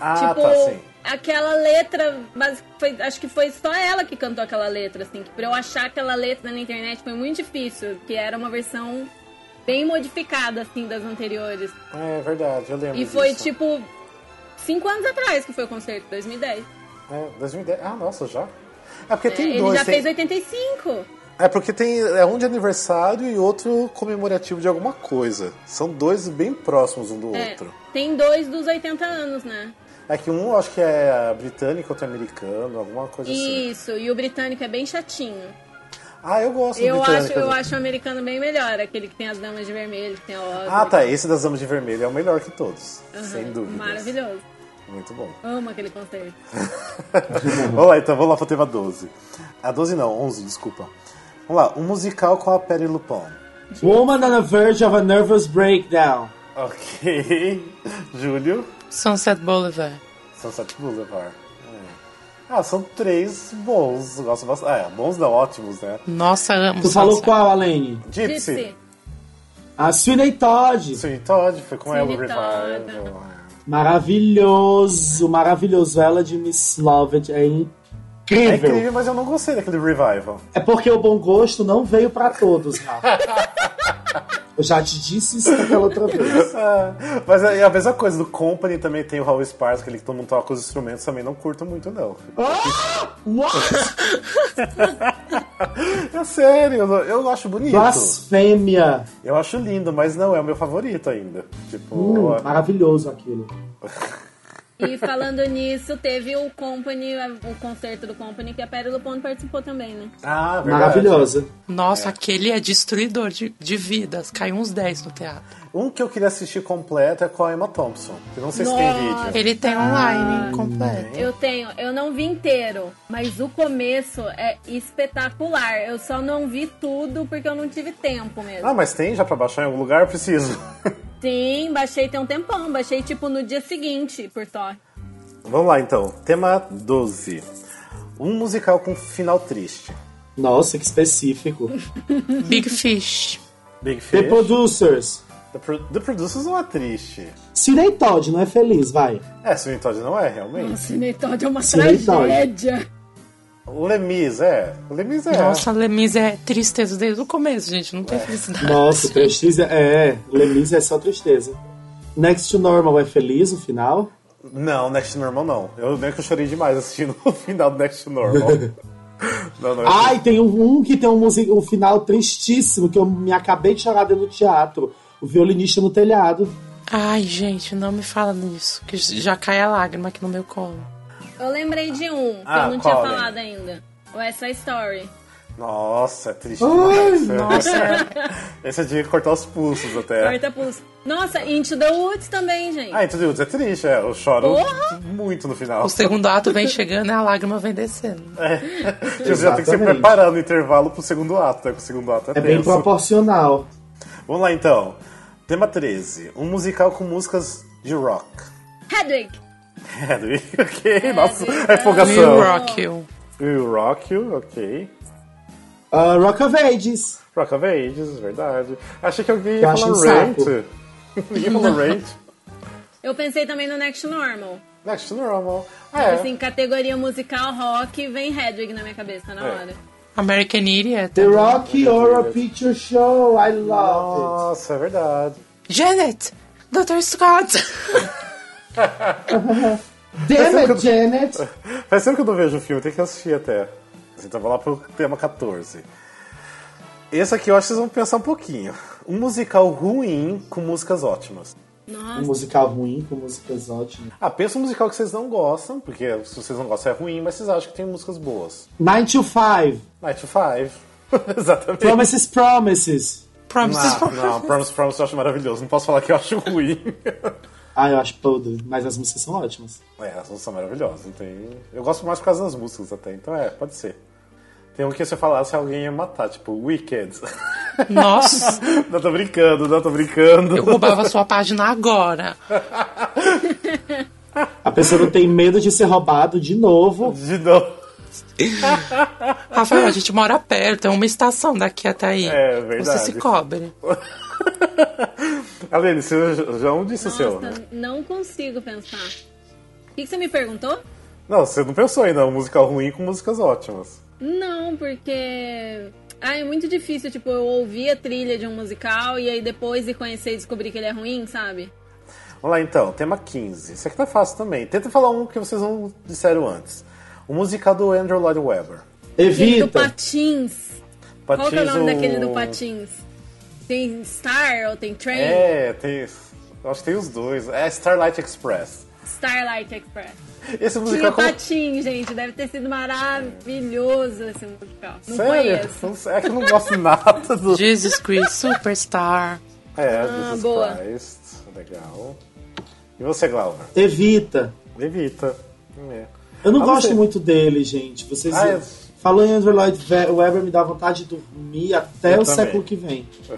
Speaker 4: Ah,
Speaker 7: tipo,
Speaker 4: tá, sim.
Speaker 7: aquela letra, mas foi- acho que foi só ela que cantou aquela letra, assim. Que pra eu achar aquela letra na internet foi muito difícil, que era uma versão bem modificada, assim, das anteriores.
Speaker 4: É verdade, eu lembro
Speaker 7: E foi,
Speaker 4: disso.
Speaker 7: tipo, cinco anos atrás que foi o concerto, 2010.
Speaker 4: É, 2010. Ah, nossa, já? É porque
Speaker 7: É,
Speaker 4: tem
Speaker 7: ele
Speaker 4: dois.
Speaker 7: já
Speaker 4: tem-
Speaker 7: fez 85.
Speaker 4: É porque tem é um de aniversário e outro comemorativo de alguma coisa. São dois bem próximos um do
Speaker 7: É,
Speaker 4: outro.
Speaker 7: tem dois dos 80 anos, né?
Speaker 4: É que um eu acho que é britânico, outro é americano, alguma coisa assim.
Speaker 7: Isso, e o britânico é bem chatinho.
Speaker 4: Ah, eu gosto do
Speaker 7: Eu acho,
Speaker 4: britânico.
Speaker 7: eu
Speaker 4: né?
Speaker 7: acho o americano bem melhor, aquele que tem as damas de vermelho, que tem a Osborne.
Speaker 4: Ah, tá. Esse das Damas de Vermelho é o melhor que todos.
Speaker 7: Aham,
Speaker 4: Sem dúvida.
Speaker 7: Maravilhoso.
Speaker 4: Muito bom. [LAUGHS]
Speaker 7: Amo aquele concerto.
Speaker 4: vamos lá, então, vamos lá pro tema 12. A 12 não, 11, desculpa. Vamos lá, um musical com a Perry Lupon.
Speaker 5: Woman on the Verge of a Nervous Breakdown.
Speaker 4: Ok. [LAUGHS] Júlio.
Speaker 6: Sunset Boulevard.
Speaker 4: Sunset Boulevard. É. Ah, são três bons. Gosto bastante. Ah, é, bons não, ótimos, né?
Speaker 6: Nossa, amo
Speaker 5: Tu falou
Speaker 6: Sunset.
Speaker 5: qual, Alene?
Speaker 4: Gypsy.
Speaker 7: Gypsy.
Speaker 5: A Sweeney Todd.
Speaker 4: Sweeney Todd foi com ela o
Speaker 7: Sweeney
Speaker 4: Revival. É
Speaker 5: Maravilhoso, maravilhoso. Ela de Miss Lovett é
Speaker 4: É
Speaker 5: incrível.
Speaker 4: incrível, mas eu não gostei daquele Revival.
Speaker 5: É porque o bom gosto não veio pra todos,
Speaker 4: [LAUGHS]
Speaker 5: Rafa. Eu já te disse isso aquela outra vez.
Speaker 4: Ah, mas é a mesma coisa, do Company também tem o Hall Sparks, aquele que todo mundo toca os instrumentos, também não curto muito, não. [LAUGHS] Ah!
Speaker 5: What?
Speaker 4: É sério, eu, eu acho bonito.
Speaker 5: Blasfêmia!
Speaker 4: Eu acho lindo, mas não é o meu favorito ainda. Tipo,
Speaker 5: Hum,
Speaker 4: eu-
Speaker 5: maravilhoso aquilo.
Speaker 7: E falando nisso, teve o Company, o concerto do Company, que a Pere Lupone participou também, né?
Speaker 4: ah, verdade.
Speaker 5: Maravilhosa.
Speaker 6: Nossa, aquele é destruidor de, de vidas. Caiu uns 10 no teatro.
Speaker 4: Um que eu queria assistir completo é com a Emma Thompson. Eu não sei se tem
Speaker 7: Nossa.
Speaker 4: vídeo.
Speaker 6: Ele tem
Speaker 7: Ah.
Speaker 6: online
Speaker 4: Oh.
Speaker 6: completo.
Speaker 7: Eu tenho, eu não vi inteiro, mas o começo é espetacular. Eu só não vi tudo porque eu não tive tempo mesmo.
Speaker 4: Ah, mas tem já pra baixar em algum lugar? Eu preciso.
Speaker 7: Sim, baixei tem um tempão, baixei tipo no dia seguinte por toque.
Speaker 4: Vamos lá então. Tema 12. Um musical com final triste.
Speaker 5: Nossa, que específico.
Speaker 6: Big Fish.
Speaker 4: Big Fish.
Speaker 5: The Producers.
Speaker 4: The, Pro- The Producers não é triste.
Speaker 5: Sweeney Todd não é feliz, vai.
Speaker 4: É, Sweeney Todd não é, realmente.
Speaker 7: Cine Todd é uma
Speaker 5: Cine Todd.
Speaker 4: então.
Speaker 7: tragédia.
Speaker 4: O Lemis, é. O Lemis é.
Speaker 6: Nossa, Lemis é tristeza desde o começo, gente. Não
Speaker 5: É.
Speaker 6: tem felicidade.
Speaker 5: Nossa, tristeza. É, Lemis é só tristeza. Next to Normal é feliz no final.
Speaker 4: Não, Next to Normal não. Eu lembro que eu chorei demais assistindo [LAUGHS] o final do Next to Normal. não, não.
Speaker 5: Ai, tem um um que tem um, music- um final tristíssimo que eu me acabei de chorar dentro do teatro. O violinista no telhado.
Speaker 6: Ai, gente, não me fala nisso. Que já cai a lágrima aqui no meu colo.
Speaker 7: Eu lembrei de um que
Speaker 4: Ah,
Speaker 7: eu não
Speaker 4: qual,
Speaker 7: tinha falado ainda. O essa Story.
Speaker 4: Nossa, é triste
Speaker 5: Ai,
Speaker 4: demais. Nossa. [LAUGHS] Esse é de cortar os pulsos até.
Speaker 7: Corta pulso. Nossa, Into the Woods também, gente.
Speaker 4: Ah, então Dudes é triste, é. Eu choro
Speaker 7: Porra!
Speaker 4: muito no final.
Speaker 6: O segundo ato vem chegando e a lágrima vem descendo.
Speaker 4: Você já tem que se
Speaker 5: Exatamente.
Speaker 4: preparar no intervalo pro segundo ato, né? Porque o segundo ato é,
Speaker 5: É bem
Speaker 4: tenso.
Speaker 5: proporcional.
Speaker 4: Vamos lá então. Tema 13. Um musical com músicas de rock. [LAUGHS]
Speaker 7: Hedwig.
Speaker 4: Hedwig, ok. Nossa, a
Speaker 6: Will
Speaker 4: empolgação.
Speaker 6: Rock You.
Speaker 4: Will Rock You, ok.
Speaker 5: Ah, Rock of Ages.
Speaker 4: Rock of Ages, verdade. Achei que alguém
Speaker 5: Eu
Speaker 4: ia
Speaker 5: acho
Speaker 4: falar
Speaker 5: um
Speaker 4: Rent.
Speaker 5: saco.
Speaker 4: [LAUGHS] Ninguém falou Rent.
Speaker 7: Eu pensei também no Next Normal.
Speaker 4: Next to Normal. Ah, é.
Speaker 7: Assim, categoria musical, rock, vem Hedwig na minha cabeça na
Speaker 4: É.
Speaker 7: hora.
Speaker 6: American Idiot.
Speaker 5: The Rocky Horror Picture Show. I love
Speaker 4: Nossa, é verdade.
Speaker 6: Janet! Dr. Scott! [LAUGHS]
Speaker 5: it. Damn it, Janet.
Speaker 4: Faz tempo que eu não vejo o filme, tem que assistir até. Então vou lá pro tema 14. Esse aqui eu acho que vocês vão pensar um pouquinho. Um musical ruim com músicas ótimas.
Speaker 5: Um
Speaker 7: Nossa,
Speaker 5: musical ruim com músicas ótimas.
Speaker 4: Ah, pensa um musical que vocês não gostam, porque se vocês não gostam é ruim, mas vocês acham que tem músicas boas.
Speaker 5: Nine to Five.
Speaker 4: Night to Five. [LAUGHS] Exatamente.
Speaker 5: Promises, Promises.
Speaker 6: Promises
Speaker 4: Não, não, Promise Promise eu acho maravilhoso. Não posso falar que eu acho ruim. [LAUGHS]
Speaker 5: Ah, eu acho podre, mas as músicas são ótimas.
Speaker 4: é, as músicas são maravilhosas. Não tem... Eu gosto mais por causa das músicas até, então é, pode ser. Tem um que se eu falasse alguém ia matar, tipo, Wicked. [LAUGHS]
Speaker 6: Nossa!
Speaker 4: Não, tô brincando, não, tô brincando.
Speaker 6: Eu roubava sua página agora.
Speaker 5: A pessoa não tem medo de ser roubado de novo.
Speaker 4: De novo.
Speaker 6: Rafael, a gente mora perto, é uma estação daqui até aí.
Speaker 4: É, verdade.
Speaker 6: Você se cobre.
Speaker 4: Aline, você já um disse o seu, né?
Speaker 7: nossa, não consigo pensar. O que, que você me perguntou?
Speaker 4: Não, você não pensou ainda, um musical ruim com músicas ótimas.
Speaker 7: Não, porque. Ah, é muito difícil, tipo, eu ouvir a trilha de um musical e aí depois de conhecer e descobrir que ele é ruim, sabe?
Speaker 4: Vamos lá então, tema 15. Isso aqui tá fácil também. Tenta falar um que vocês não disseram antes. O musical do Andrew Lloyd Webber.
Speaker 7: Aquele do
Speaker 5: Evita.
Speaker 7: Patins. Qual que é o
Speaker 4: Patins,
Speaker 7: nome
Speaker 4: então. o-
Speaker 7: daquele do Patins? Tem Star ou tem Train?
Speaker 4: É, tem. eu Acho que tem os dois. É Starlight Express.
Speaker 7: Starlight Express.
Speaker 4: Esse
Speaker 7: Tinha
Speaker 4: musical. é
Speaker 7: o Patins, gente. Deve ter sido maravilhoso esse musical. Não
Speaker 4: Sério?
Speaker 7: conheço.
Speaker 4: Não sei, É que eu não gosto nada do.
Speaker 6: Jesus Christ, Superstar.
Speaker 4: É,
Speaker 7: [LAUGHS] Ah,
Speaker 4: Jesus
Speaker 7: boa.
Speaker 4: Christ. Legal. E você, Glauber?
Speaker 5: Evita.
Speaker 4: Levita. É.
Speaker 5: Eu não
Speaker 4: Ah,
Speaker 5: gosto
Speaker 4: você-
Speaker 5: muito dele, gente. Vocês
Speaker 4: Ah, eu-
Speaker 5: falando em Andrew Lloyd Ve- Webber me dá vontade de dormir até
Speaker 4: Eu
Speaker 5: o
Speaker 4: também.
Speaker 5: século que vem.
Speaker 7: Eu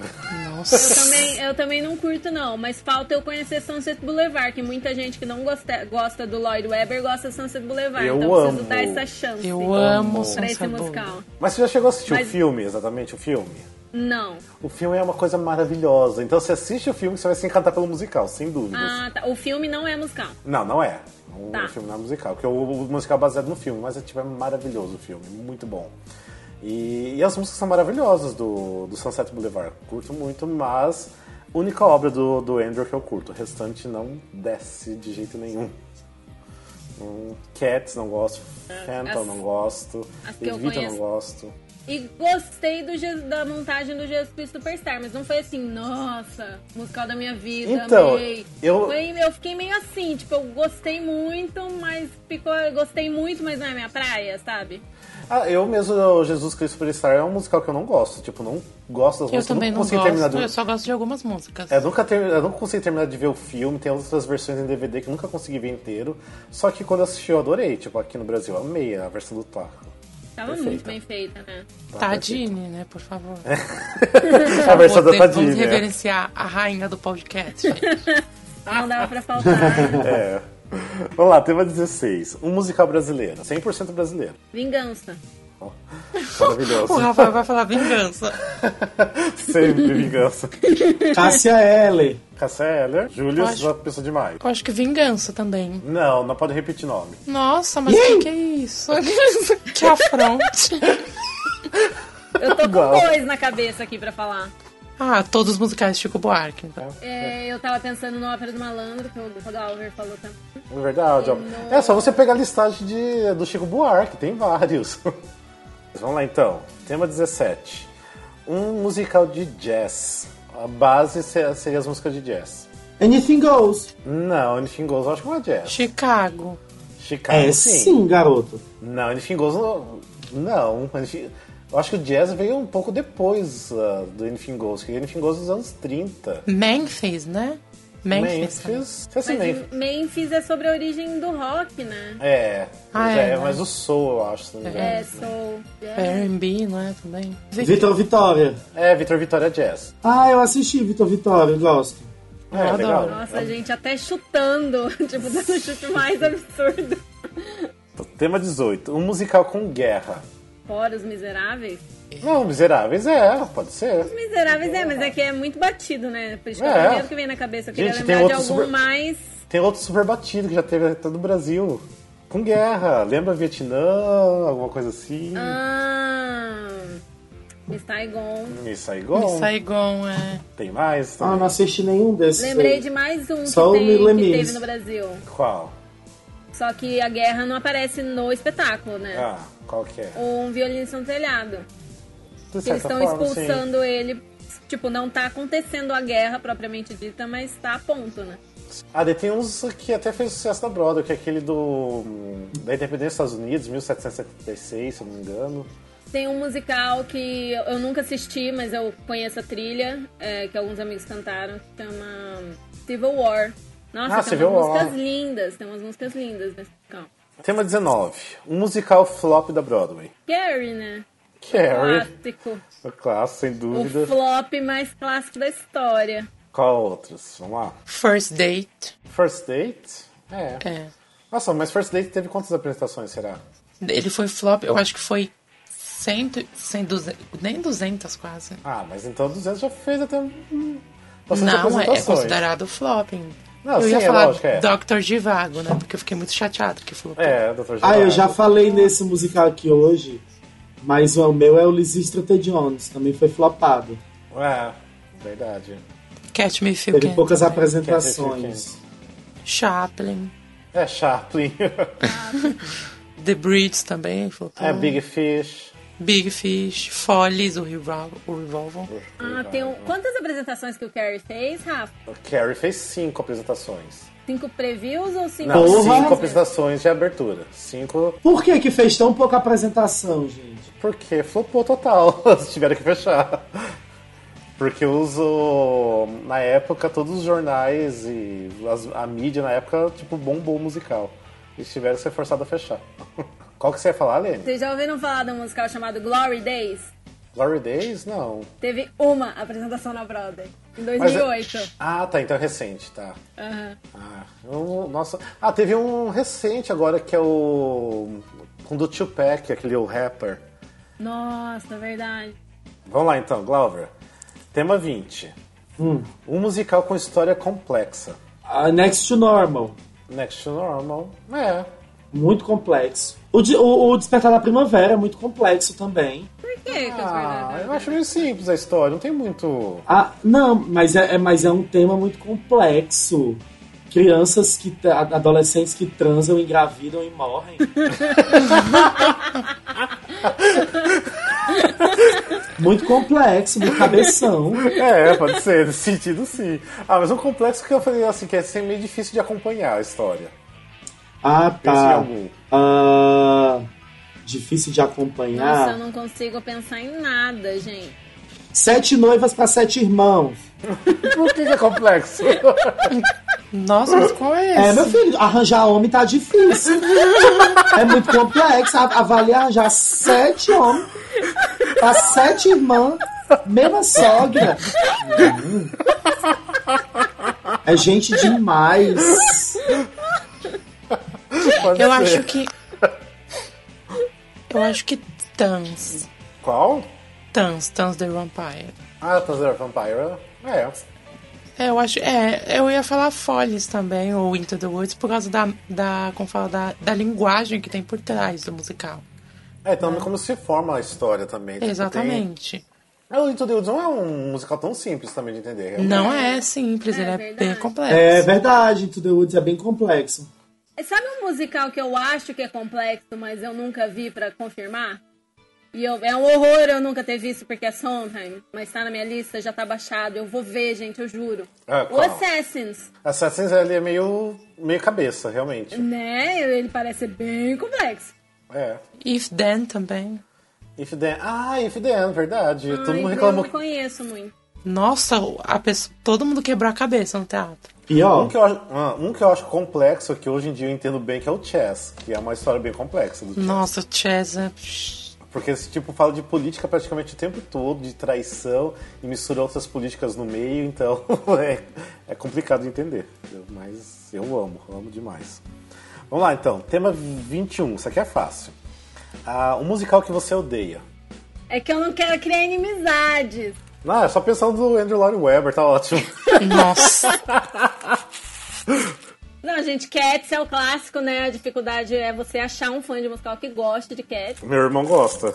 Speaker 6: Nossa.
Speaker 7: também, eu também não curto, não, mas falta eu conhecer Sunset Boulevard, que muita gente que não gosta, gosta do Lloyd Webber gosta de Sunset Boulevard.
Speaker 4: Eu
Speaker 7: então preciso
Speaker 4: amo.
Speaker 7: dar essa chance
Speaker 6: Eu amo
Speaker 7: pra esse
Speaker 6: Sunset
Speaker 7: musical.
Speaker 4: Mas você já chegou a assistir
Speaker 7: Mas-
Speaker 4: o filme, exatamente, o filme?
Speaker 7: Não.
Speaker 4: O filme é uma coisa maravilhosa. Então você assiste o filme que você vai se encantar pelo musical, sem dúvidas.
Speaker 7: Ah, tá. O filme não é musical.
Speaker 4: Não, não é. O
Speaker 7: Tá.
Speaker 4: filme não é musical, porque o, o musical é baseado no filme, mas é, tipo, é maravilhoso o filme, muito bom. E, e as músicas são maravilhosas do, do Sunset Boulevard. Curto muito, mas única obra do, do Andrew que eu curto. O restante não desce de jeito nenhum. Hum, Cats não gosto, Phantom
Speaker 7: as-
Speaker 4: não gosto,
Speaker 7: as que eu
Speaker 4: Evita não
Speaker 7: conheço.
Speaker 4: gosto.
Speaker 7: E gostei do Je- da montagem do Jesus Cristo Superstar, mas não foi assim, nossa, musical da minha vida,
Speaker 4: Então,
Speaker 7: amei.
Speaker 4: eu-
Speaker 7: Foi- eu fiquei meio assim, tipo, eu gostei muito, mas ficou. eu Gostei muito, mas não é minha praia, sabe?
Speaker 4: Ah, eu mesmo, o Jesus Cristo Superstar é um musical que eu não gosto. Tipo, não gosto das
Speaker 6: Eu
Speaker 4: músicas.
Speaker 6: também
Speaker 4: nunca
Speaker 6: não
Speaker 4: consegui terminar
Speaker 6: gosto,
Speaker 4: de...
Speaker 6: eu só gosto de algumas músicas.
Speaker 4: É, nunca ter... Eu nunca consegui terminar de ver o filme. Tem outras versões em DVD que eu nunca consegui ver inteiro. Só que quando eu assisti, eu adorei. Tipo, aqui no Brasil, eu amei a versão do Taco.
Speaker 7: Tava
Speaker 4: Perfeita.
Speaker 7: muito bem feita, né?
Speaker 6: Tadine, né? Por favor.
Speaker 4: a versão da
Speaker 6: Vamos- Vamos
Speaker 4: Tadinha.
Speaker 6: reverenciar a rainha do podcast. [LAUGHS]
Speaker 4: Ah.
Speaker 7: Não dava pra
Speaker 4: [LAUGHS]
Speaker 7: faltar.
Speaker 4: É. Vamos lá, tema 16. Um musical brasileiro. 100% brasileiro.
Speaker 7: Vingança.
Speaker 4: Maravilhoso.
Speaker 6: o
Speaker 4: [LAUGHS]
Speaker 6: Rafael vai falar vingança.
Speaker 4: Sempre vingança.
Speaker 5: Cássia L.
Speaker 4: Casseller, Júlio,
Speaker 6: Acho-
Speaker 4: só pessoa demais.
Speaker 6: Eu acho que vingança também.
Speaker 4: Não, não pode repetir nome.
Speaker 6: Nossa, mas que que é [LAUGHS] isso? que afronte.
Speaker 7: Eu
Speaker 4: [LAUGHS]
Speaker 7: tô com
Speaker 4: Uau.
Speaker 7: dois na cabeça aqui pra falar.
Speaker 6: Ah, todos os musicais de Chico Buarque. então.
Speaker 7: É, eu tava pensando no Ópera do Malandro, que o Glauber falou também.
Speaker 4: É verdade. ó. É só você pegar a listagem de, do Chico Buarque, tem vários. [LAUGHS] Vamos lá então. Tema 17. Um musical de jazz. A base se- seria as músicas de jazz.
Speaker 5: Anything Goes.
Speaker 4: Não, Anything Goes eu acho que não é jazz.
Speaker 6: Chicago.
Speaker 4: Chicago,
Speaker 5: É
Speaker 4: sim.
Speaker 5: sim, garoto.
Speaker 4: Não, Anything Goes não. Não, Anything- eu acho que o jazz veio um pouco depois ah, do Anything Goes, que Anything Goes é dos anos 30.
Speaker 6: Memphis, né? Memphis. também.
Speaker 4: Memphis. Esqueci
Speaker 7: Mas
Speaker 4: Memphis.
Speaker 7: Memphis é sobre a origem do rock, né?
Speaker 4: É.
Speaker 6: Ah,
Speaker 4: já
Speaker 6: é,
Speaker 4: é,
Speaker 6: né?
Speaker 4: mas o Soul, eu acho, se não me engano.
Speaker 7: É, sou. É.
Speaker 6: R&B, não é? Também.
Speaker 5: Vitor Vitória.
Speaker 4: É, Vitor Vitória Jazz.
Speaker 5: Ah, eu assisti Vitor Vitória, eu gosto.
Speaker 4: É,
Speaker 6: adoro.
Speaker 4: legal.
Speaker 7: Nossa, gente, até chutando. [LAUGHS] Tipo, dando o chute mais absurdo.
Speaker 4: Tema 18. Um musical com guerra.
Speaker 7: Fora os miseráveis.
Speaker 4: Não, Miseráveis é, pode ser.
Speaker 7: Miseráveis é, mas é que é muito batido, né? Por isso que é o
Speaker 4: É.
Speaker 7: primeiro que vem na cabeça. Eu queria
Speaker 4: Gente, tem
Speaker 7: lembrar de algum
Speaker 4: outro super-
Speaker 7: mais.
Speaker 4: Tem outro super batido que já teve até do Brasil. Com guerra. Lembra Vietnã, alguma coisa assim.
Speaker 7: Ah, Miss Saigon.
Speaker 4: Miss
Speaker 6: Miss
Speaker 4: Saigon.
Speaker 6: Saigon, é.
Speaker 4: Tem mais?
Speaker 5: Ah,
Speaker 4: também.
Speaker 5: não assisti nenhum desses.
Speaker 7: Lembrei
Speaker 5: aí.
Speaker 7: de mais um
Speaker 5: Só o
Speaker 7: que, tem, que
Speaker 5: Milanese.
Speaker 7: teve no Brasil.
Speaker 4: Qual?
Speaker 7: Só que a guerra não aparece no espetáculo, né?
Speaker 4: Ah, qual que é?
Speaker 7: Um violinista no telhado.
Speaker 4: De
Speaker 7: Que eles
Speaker 4: certa
Speaker 7: estão
Speaker 4: forma, sim.
Speaker 7: expulsando ele. Tipo, não tá acontecendo a guerra propriamente dita, mas tá a ponto, né?
Speaker 4: Ah, daí tem uns que até fez sucesso na Broadway, que é aquele do da Independência dos Estados Unidos, 1776, se eu não me engano.
Speaker 7: Tem um musical que eu nunca assisti, mas eu conheço a trilha, é, que alguns amigos cantaram, que chama Civil War. Nossa,
Speaker 4: Ah,
Speaker 7: tem
Speaker 4: Civil
Speaker 7: umas
Speaker 4: War.
Speaker 7: músicas lindas, tem umas músicas lindas né? nesse musical.
Speaker 4: Tema 19. Um musical flop da Broadway.
Speaker 7: Gary, né?
Speaker 4: Carrie.
Speaker 7: Clássico.
Speaker 4: O clássico, sem
Speaker 7: Ah. O
Speaker 4: dúvida.
Speaker 7: flop mais clássico da história.
Speaker 4: Qual outros? Vamos lá.
Speaker 6: First Date.
Speaker 4: First Date? É.
Speaker 6: É.
Speaker 4: Nossa, mas First Date teve quantas apresentações, será?
Speaker 6: Ele foi flop, eu acho que foi 100, 100 200, nem 200 quase.
Speaker 4: Ah, mas então 200 já fez até hum, bastante
Speaker 6: Não, é, é
Speaker 4: apresentações.
Speaker 6: considerado flopping.
Speaker 4: Não,
Speaker 6: eu
Speaker 4: sim,
Speaker 6: ia
Speaker 4: é
Speaker 6: falar
Speaker 4: lógico, é.
Speaker 6: Dr. Divago, né? Porque eu fiquei muito chateado que flopou.
Speaker 4: É, Dr. Gerardo.
Speaker 5: Ah, eu já falei nesse musical aqui hoje, mas o meu é o Lisistra T. Jones, também foi flopado.
Speaker 4: É, verdade.
Speaker 6: Catch Me If You
Speaker 5: Teve
Speaker 6: Can.
Speaker 5: poucas
Speaker 6: né?
Speaker 5: apresentações.
Speaker 6: Chaplin.
Speaker 4: É Chaplin. [LAUGHS]
Speaker 6: The Bridge também flopou.
Speaker 4: é Big Fish.
Speaker 6: Big Fish. Follies, o, Revol o Revolver.
Speaker 7: Ah, tem um... Quantas apresentações que o Carrie fez, Rafa?
Speaker 4: O Carrie fez cinco apresentações.
Speaker 7: Cinco previews ou cinco?
Speaker 4: Não,
Speaker 5: Porra!
Speaker 4: cinco apresentações de abertura. Cinco,
Speaker 5: Por que que fez tão pouca apresentação, gente?
Speaker 4: porque flopou total. [LAUGHS] Eles tiveram que fechar. Porque os, o- na época, todos os jornais e as- a mídia na época, tipo, bombou o musical. Eles tiveram que ser forçados a fechar. [LAUGHS] Qual que você ia falar, Lene?
Speaker 7: Vocês já ouviram falar de um musical chamado Glory Days?
Speaker 4: Glory Days? Não.
Speaker 7: Teve uma apresentação na Broadway, em
Speaker 4: Mas é-
Speaker 7: 2008.
Speaker 4: Ah, tá. Então é recente, tá.
Speaker 7: Aham.
Speaker 4: Ah, eu- nossa. Ah, teve um recente agora que é o. Com do Tupac, aquele o rapper.
Speaker 7: Nossa, verdade.
Speaker 4: Vamos lá então, Glauber. Tema 20. Um musical com história complexa.
Speaker 5: Ah, Next to Normal,
Speaker 4: Next to Normal. É.
Speaker 5: muito complexo. O, de- o- o Despertar da Primavera é muito complexo também.
Speaker 7: Por que que eu
Speaker 4: Ah, eu
Speaker 7: guardava?
Speaker 4: acho meio simples a história, não tem muito.
Speaker 5: Ah, não, mas é, é- mas é um tema muito complexo. Crianças que. tra- adolescentes que transam, engravidam e morrem. muito complexo, muito cabeção.
Speaker 4: É, pode ser, nesse sentido sim. Ah, mas um complexo que eu falei assim, que é ser meio difícil de acompanhar a história.
Speaker 5: Ah,
Speaker 4: Pense em
Speaker 5: tá.
Speaker 4: algum.
Speaker 5: Ah, difícil de acompanhar.
Speaker 7: Nossa, eu não consigo pensar em nada, gente.
Speaker 5: Sete noivas para sete irmãos.
Speaker 4: Por que que é complexo? [LAUGHS]
Speaker 6: Nossa, mas qual é esse?
Speaker 5: É, meu filho, arranjar homem tá difícil. é muito complexo. A- Avaliar arranjar sete homens pra sete irmãs, mesma sogra. Hum. É gente demais.
Speaker 4: Pode
Speaker 6: Eu
Speaker 4: ser.
Speaker 6: acho
Speaker 4: [LAUGHS]
Speaker 6: que... Eu acho que Tans.
Speaker 4: Qual?
Speaker 6: Tans, Tans The Vampire.
Speaker 4: Ah, Transfer Vampire. É.
Speaker 6: É, eu acho. É, eu ia falar Follies também, ou Into the Woods, por causa da. da como fala, da, da linguagem que tem por trás do musical.
Speaker 4: É, então como se forma a história também. tipo, tem-
Speaker 6: Ah. Exatamente.
Speaker 4: É, o Into the Woods não é um musical tão simples também de entender. realmente.
Speaker 6: Não é simples,
Speaker 7: um É
Speaker 6: ele é
Speaker 7: verdade.
Speaker 6: bem complexo.
Speaker 5: É verdade, To The Woods é bem complexo.
Speaker 7: Sabe um musical que eu acho que é complexo, mas eu nunca vi pra confirmar? E eu- é um horror eu nunca ter visto, porque é Sondheim, mas tá na minha lista, já tá baixado. Eu vou ver, gente, eu juro.
Speaker 4: Ah,
Speaker 7: o
Speaker 4: qual?
Speaker 7: Assassins,
Speaker 4: Assassin's ele é meio, meio cabeça, realmente.
Speaker 7: né? Ele parece bem complexo.
Speaker 4: É.
Speaker 6: If Then também.
Speaker 4: If the... Ah, If the End, verdade.
Speaker 7: Ai,
Speaker 4: Todo mundo
Speaker 7: eu
Speaker 4: reclamou.
Speaker 7: não conheço muito.
Speaker 6: Nossa, a pessoa, todo mundo quebrou a cabeça no teatro.
Speaker 4: Um
Speaker 5: Pior.
Speaker 4: que, eu acho, ah, um que eu acho complexo, que hoje em dia eu entendo bem, que é o Chess, que é uma história bem complexa do Chess.
Speaker 6: Nossa, o Chess é...
Speaker 4: Porque esse tipo fala de política praticamente o tempo todo, de traição, e mistura outras políticas no meio, então [LAUGHS] é, é complicado de entender. entendeu? Mas eu amo, amo demais. Vamos lá então, tema 21, isso aqui é fácil. Ah, um musical que você odeia.
Speaker 7: É que eu não quero criar inimizades.
Speaker 4: Não, é só pensando no Andrew Lloyd Webber, tá ótimo. [LAUGHS]
Speaker 6: Nossa,
Speaker 7: Não, gente, Cats é o clássico, né? A dificuldade é você achar um fã de musical que goste de Cats,
Speaker 4: Meu irmão gosta.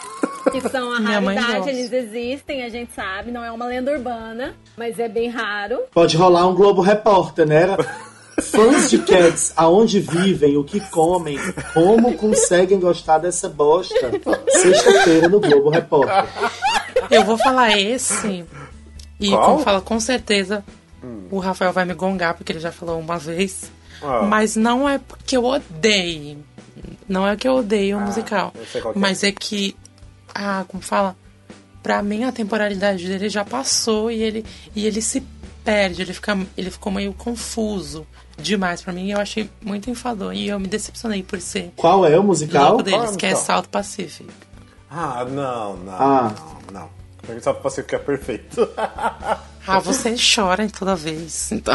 Speaker 4: [LAUGHS]
Speaker 7: que são a
Speaker 6: Minha mãe
Speaker 7: raridade,
Speaker 6: gosta.
Speaker 7: eles existem, a gente sabe, não é uma lenda urbana, mas é bem raro.
Speaker 5: Pode rolar um Globo Repórter, né? Era Fãs de Cats, aonde vivem, o que comem, como conseguem gostar dessa bosta? Sexta-feira no Globo Repórter.
Speaker 6: eu vou falar esse. E
Speaker 4: Qual?
Speaker 6: como fala, com certeza o Rafael vai me gongar, porque ele já falou uma vez.
Speaker 4: Ah.
Speaker 6: Mas não é porque eu odeio. Não é que eu odeio o musical.
Speaker 4: Ah, eu sei qual que é.
Speaker 6: Mas é que. Ah, como fala? Pra mim a temporalidade dele já passou e ele, e ele se perde, ele, fica, ele ficou meio confuso demais pra mim. e Eu achei muito enfadonho e eu me decepcionei por ser
Speaker 5: Qual é o
Speaker 6: louco
Speaker 5: musical?
Speaker 4: Qual é
Speaker 6: deles,
Speaker 4: o
Speaker 6: que é
Speaker 4: musical?
Speaker 6: South Pacific.
Speaker 4: Ah, não, não,
Speaker 5: Ah.
Speaker 4: não, não. Pra mim só pra ser que é perfeito. [LAUGHS]
Speaker 6: Ah, você chora em toda
Speaker 4: [LAUGHS]
Speaker 6: vez. Então.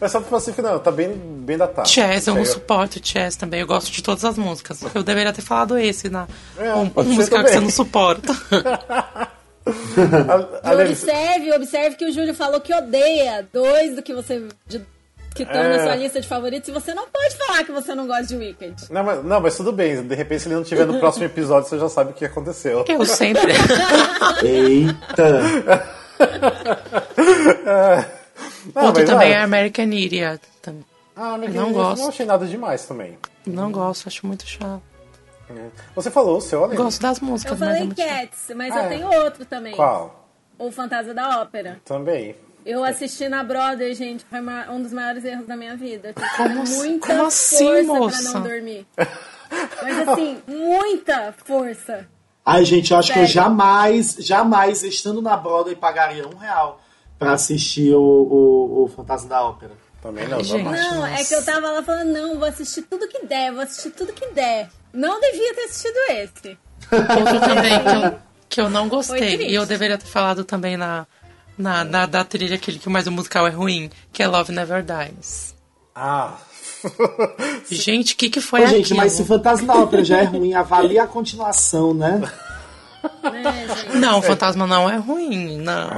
Speaker 4: Mas só pra você que não, tá bem, bem datado.
Speaker 6: Chess, eu não
Speaker 4: Chega-
Speaker 6: suporto Chess também. Eu gosto de todas as músicas. Eu deveria ter falado esse na
Speaker 4: É,
Speaker 6: um,
Speaker 4: pode
Speaker 6: um
Speaker 4: ser
Speaker 6: musical que
Speaker 4: também.
Speaker 6: você
Speaker 4: [LAUGHS]
Speaker 6: não suporta.
Speaker 4: A-
Speaker 7: E
Speaker 4: a Levi-
Speaker 7: observe, observe que o Júlio falou que odeia dois do que você. de- que estão
Speaker 4: É.
Speaker 7: na sua lista de favoritos, e você não pode falar que você não gosta de Wicked.
Speaker 4: Não mas, não, mas tudo bem. De repente, se ele não tiver no próximo episódio, você já sabe o que aconteceu.
Speaker 6: Eu sempre.
Speaker 5: Eita!
Speaker 4: Não,
Speaker 6: Outro também é
Speaker 4: ah,
Speaker 6: American Idiot. Tam-
Speaker 4: ah, American
Speaker 6: não
Speaker 4: Idiot,
Speaker 6: gosto.
Speaker 4: Não achei nada demais também.
Speaker 6: Não gosto, acho muito chato.
Speaker 4: É. Você falou o seu, olha.
Speaker 6: Gosto das
Speaker 7: Eu
Speaker 6: músicas, mas é
Speaker 7: falei
Speaker 6: muito chato.
Speaker 7: Cats, mas
Speaker 4: Ah,
Speaker 7: eu
Speaker 4: é.
Speaker 7: tenho outro também.
Speaker 4: Qual?
Speaker 7: O Fantasma da Ópera.
Speaker 4: Também.
Speaker 7: Eu assisti na Broadway, gente, foi ma- um dos maiores erros da minha vida. Tive
Speaker 6: Como assim-
Speaker 7: muita
Speaker 6: como assim,
Speaker 7: força
Speaker 6: moça?
Speaker 7: pra não dormir. Mas assim, muita força.
Speaker 5: Ai, gente, eu acho que eu
Speaker 7: Sério.
Speaker 5: jamais, jamais, estando na Broadway, pagaria um real pra assistir o, o, o Fantasma da Ópera.
Speaker 4: Também não,
Speaker 6: Gente.
Speaker 4: jamais.
Speaker 7: Não, é que eu tava lá falando, não, vou assistir tudo que der, vou assistir tudo que der. Não devia ter assistido esse.
Speaker 6: Outro também que eu, que eu não
Speaker 7: Foi
Speaker 6: gostei.
Speaker 7: triste.
Speaker 6: E eu deveria ter falado também na, na, na- da trilha aquele que mais o musical é ruim, que é Love Never Dies.
Speaker 4: Ah. [LAUGHS]
Speaker 6: Gente, o que, que foi
Speaker 5: Ô, gente,
Speaker 6: É aquilo?
Speaker 5: mas se o Fantasma da Ópera já é ruim, avalia a continuação, né?
Speaker 7: Né, gente?
Speaker 6: Não, Fantasma não é ruim, não.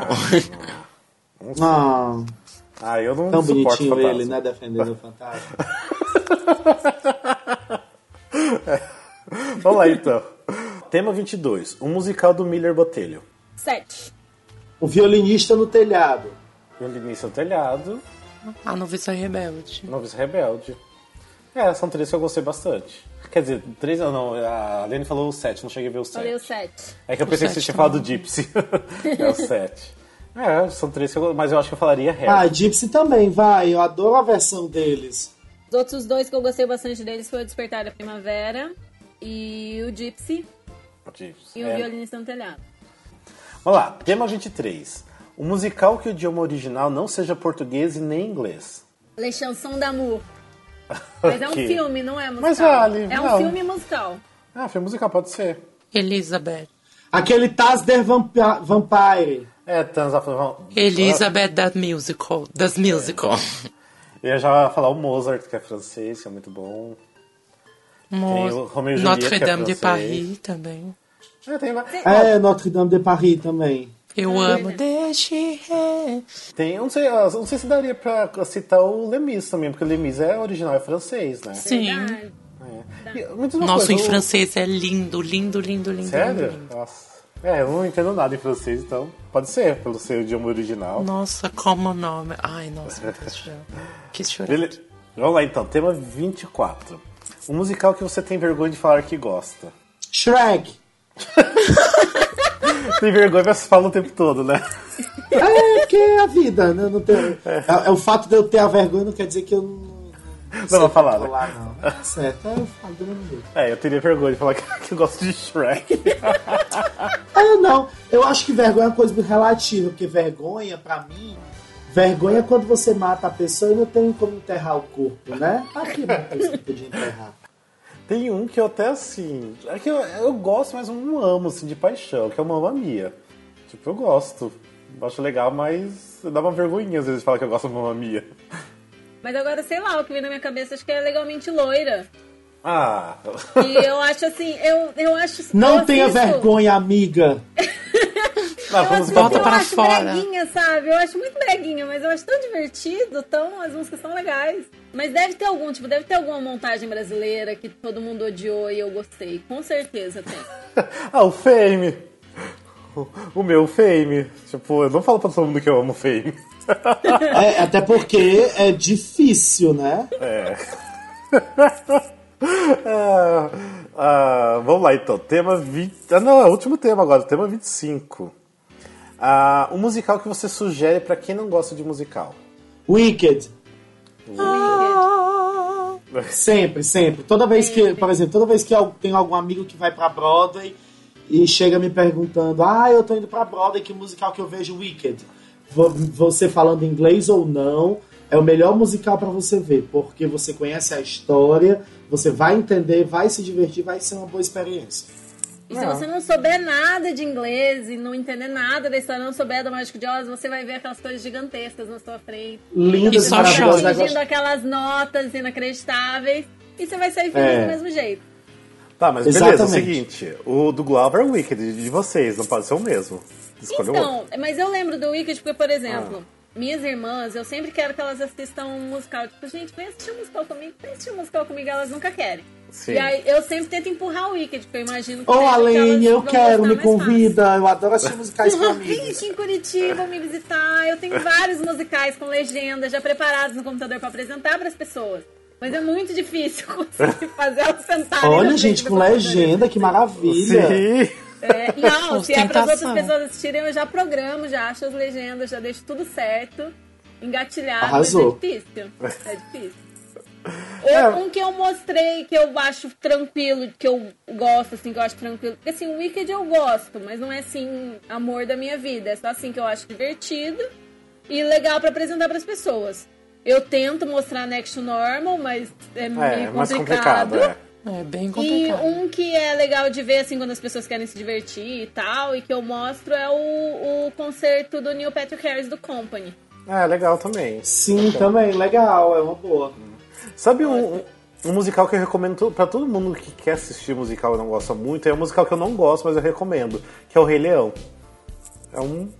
Speaker 5: Ah,
Speaker 4: ah, eu não
Speaker 5: tão
Speaker 4: suporto
Speaker 5: bonitinho
Speaker 4: fantasma.
Speaker 5: ele, né? Defendendo o Fantasma.
Speaker 4: Vamos lá, então. Tema 22. Um musical do Miller Botelho.
Speaker 7: Sete.
Speaker 5: O Um Violinista no Telhado.
Speaker 4: Violinista no Telhado,
Speaker 6: A Noviça Rebelde.
Speaker 4: Novice Rebelde. É, são três que eu gostei bastante. Quer dizer, três não, não. A Lene falou o sete, não cheguei a ver o sete.
Speaker 7: Falei o sete.
Speaker 4: É que eu pensei que
Speaker 6: sete
Speaker 4: você tinha
Speaker 6: também.
Speaker 4: falado do Gypsy. [LAUGHS] é o 7. É, são três que eu, mas eu acho que eu falaria Harry.
Speaker 5: Ah, Gypsy também, vai. Eu adoro a versão deles.
Speaker 7: Os outros dois que eu gostei bastante deles foi o Despertar da Primavera e o Gypsy
Speaker 4: Gypsy.
Speaker 7: e o
Speaker 4: É.
Speaker 7: Violinista no Telhado.
Speaker 4: Vamos lá, tema 23. O musical que o idioma original não seja português e nem inglês.
Speaker 7: Les Chansons d'amour. Mas é um
Speaker 4: Ok.
Speaker 7: filme, não é musical.
Speaker 4: Mas vale,
Speaker 7: É
Speaker 4: não.
Speaker 7: um filme musical.
Speaker 4: Ah, filme musical pode ser.
Speaker 6: Elizabeth.
Speaker 5: Aquele Tasder Vampa- Vampire.
Speaker 4: É, Tans of...
Speaker 6: Elizabeth that musical.
Speaker 4: É.
Speaker 6: Das musical.
Speaker 4: Eu ia já falar o Mozart, que é francês, que é muito bom. Tem o Romeo e Julieta, que
Speaker 6: Notre
Speaker 4: é
Speaker 6: Dame de
Speaker 4: francês.
Speaker 6: Paris também.
Speaker 4: É, tem, va-
Speaker 5: É, Notre Dame de Paris também.
Speaker 6: Eu amo deixe
Speaker 4: tem, eu não sei, eu não sei se daria pra citar o Lemis também, porque o Lemis é original, é francês, né?
Speaker 6: Sim.
Speaker 7: Verdade.
Speaker 4: É. E, me diz uma
Speaker 6: Nosso
Speaker 4: coisa,
Speaker 6: em
Speaker 4: o-
Speaker 6: francês é lindo, lindo, lindo, lindo.
Speaker 4: Sério?
Speaker 6: lindo.
Speaker 4: Nossa. É, eu não entendo nada em francês, então pode ser, pelo seu idioma original.
Speaker 6: Nossa, como nome. Ai, nossa, meu Deus do céu. Que chorar.
Speaker 4: Beleza. Vamos lá então, tema 24. Um musical que você tem vergonha de falar que gosta.
Speaker 5: Shrek.
Speaker 4: Tem vergonha, mas fala o tempo todo, né?
Speaker 5: É, porque é a vida, né? Não tem... é, é o fato de eu ter a vergonha não quer dizer que eu não
Speaker 4: Não vou falar, né?
Speaker 5: Lá, não. Tá certo, eu falo do mesmo jeito.
Speaker 4: É, eu teria vergonha de falar que que eu gosto de Shrek.
Speaker 5: Ah, não. Eu acho que vergonha é uma coisa muito relativa, porque vergonha, pra mim, vergonha é quando você mata a pessoa e não tem como enterrar o corpo, né? Aqui não tem que podia enterrar.
Speaker 4: Tem um que eu até assim. É que eu, eu gosto, mas eu não amo, assim, de paixão, que é o Mamma Mia. Tipo, eu gosto. Eu acho legal, mas dá uma vergonhinha às vezes falar que eu gosto de Mamma Mia.
Speaker 7: Mas agora, sei lá, o que vem na minha cabeça, acho que é legalmente loira.
Speaker 4: Ah,
Speaker 5: [LAUGHS]
Speaker 7: E
Speaker 4: [LAUGHS]
Speaker 7: eu acho assim, eu, eu acho.
Speaker 5: Não
Speaker 7: eu
Speaker 5: tenha
Speaker 7: assisto-
Speaker 5: vergonha, amiga.
Speaker 4: não, ah, vamos
Speaker 7: Assim,
Speaker 6: Volta
Speaker 7: eu
Speaker 6: para
Speaker 7: acho
Speaker 6: fora.
Speaker 7: breguinha, sabe? Eu acho muito breguinha, mas eu acho tão divertido, tão, as músicas são legais. Mas deve ter algum, tipo, deve ter alguma montagem brasileira que todo mundo odiou e eu gostei. Com certeza tem.
Speaker 4: Ah, o Fame. O- O meu Fame. Tipo, eu não falo pra todo mundo que eu amo Fame. [LAUGHS]
Speaker 5: É, até porque é difícil, né?
Speaker 4: É. Ah, ah, vamos lá então, tema 20. Ah, não, é o último tema agora, o tema 25. Ah, um musical que você sugere pra quem não gosta de musical.
Speaker 5: Wicked.
Speaker 7: Wicked.
Speaker 5: Sempre, sempre. Toda vez que, por exemplo, toda vez que eu tenho algum amigo que vai pra Broadway e chega me perguntando: Ah, eu tô indo pra Broadway, que musical que eu vejo Wicked? Vo- Você falando inglês ou não, é o melhor musical pra você ver, porque você conhece a história, você vai entender, vai se divertir, vai ser uma boa experiência.
Speaker 7: E
Speaker 5: É.
Speaker 7: se você não souber nada de inglês e não entender nada da história, não souber do Mágico de Oz, você vai ver aquelas coisas gigantescas na sua frente.
Speaker 5: Lindas
Speaker 6: E
Speaker 5: e
Speaker 6: só
Speaker 5: maravilhosas.
Speaker 6: chora.
Speaker 5: né?
Speaker 7: atingindo é aquelas notas inacreditáveis. E você vai sair feliz
Speaker 5: É.
Speaker 7: do mesmo jeito.
Speaker 4: Tá, mas beleza, é o
Speaker 5: Exatamente.
Speaker 4: seguinte: o do Glover é o Wicked de vocês, não pode ser o mesmo. Escolha o outro.
Speaker 7: Então, mas eu lembro do Wicked porque, por exemplo,
Speaker 5: Ah.
Speaker 7: minhas irmãs, eu sempre quero que elas assistam um musical. Tipo, gente, vem assistir um musical comigo, vem assistir um musical comigo, elas nunca querem.
Speaker 4: Sim.
Speaker 7: E aí eu sempre tento empurrar o Wicked, porque eu imagino que.
Speaker 5: Ô,
Speaker 7: seja o que elas
Speaker 5: Aline, eu
Speaker 7: vão
Speaker 5: quero, me
Speaker 7: gostar mais fácil.
Speaker 5: convida. Eu adoro assistir musicais com
Speaker 7: [LAUGHS] Vem
Speaker 5: amigos.
Speaker 7: aqui em Curitiba me visitar. Eu tenho vários musicais com legenda já preparados no computador pra apresentar pras pessoas. Mas é muito difícil [LAUGHS] conseguir fazer elas sentarem. na
Speaker 5: Olha,
Speaker 7: frente
Speaker 5: gente,
Speaker 7: do
Speaker 5: com
Speaker 7: computador.
Speaker 5: legenda, que maravilha.
Speaker 4: Sim.
Speaker 7: É, não, se é para outras
Speaker 6: Ostentação.
Speaker 7: pessoas assistirem, eu já programo, já acho as legendas, já deixo tudo certo, engatilhado.
Speaker 5: Arrasou.
Speaker 7: Mas é difícil. É
Speaker 4: [LAUGHS]
Speaker 7: difícil.
Speaker 4: É.
Speaker 7: Um que eu mostrei que eu acho tranquilo, que eu gosto, assim, que eu acho tranquilo. Porque assim, o Wicked eu gosto, mas não é assim, amor da minha vida. É só assim que eu acho divertido e legal pra apresentar pras pessoas. Eu tento mostrar Next to Normal, mas é,
Speaker 4: É,
Speaker 7: meio
Speaker 4: mais complicado, é.
Speaker 6: É bem
Speaker 7: e
Speaker 6: complicado.
Speaker 7: um que é legal de ver, assim, quando as pessoas querem se divertir e tal, e que eu mostro é o, o concerto do Neil Patrick Harris do Company.
Speaker 4: É, legal também.
Speaker 5: Sim, também, legal, é uma boa.
Speaker 4: Sabe um, um- um musical que eu recomendo pra todo mundo que quer assistir musical e não gosta muito? É um musical que eu não gosto, mas eu recomendo, que é o Rei Leão. É um.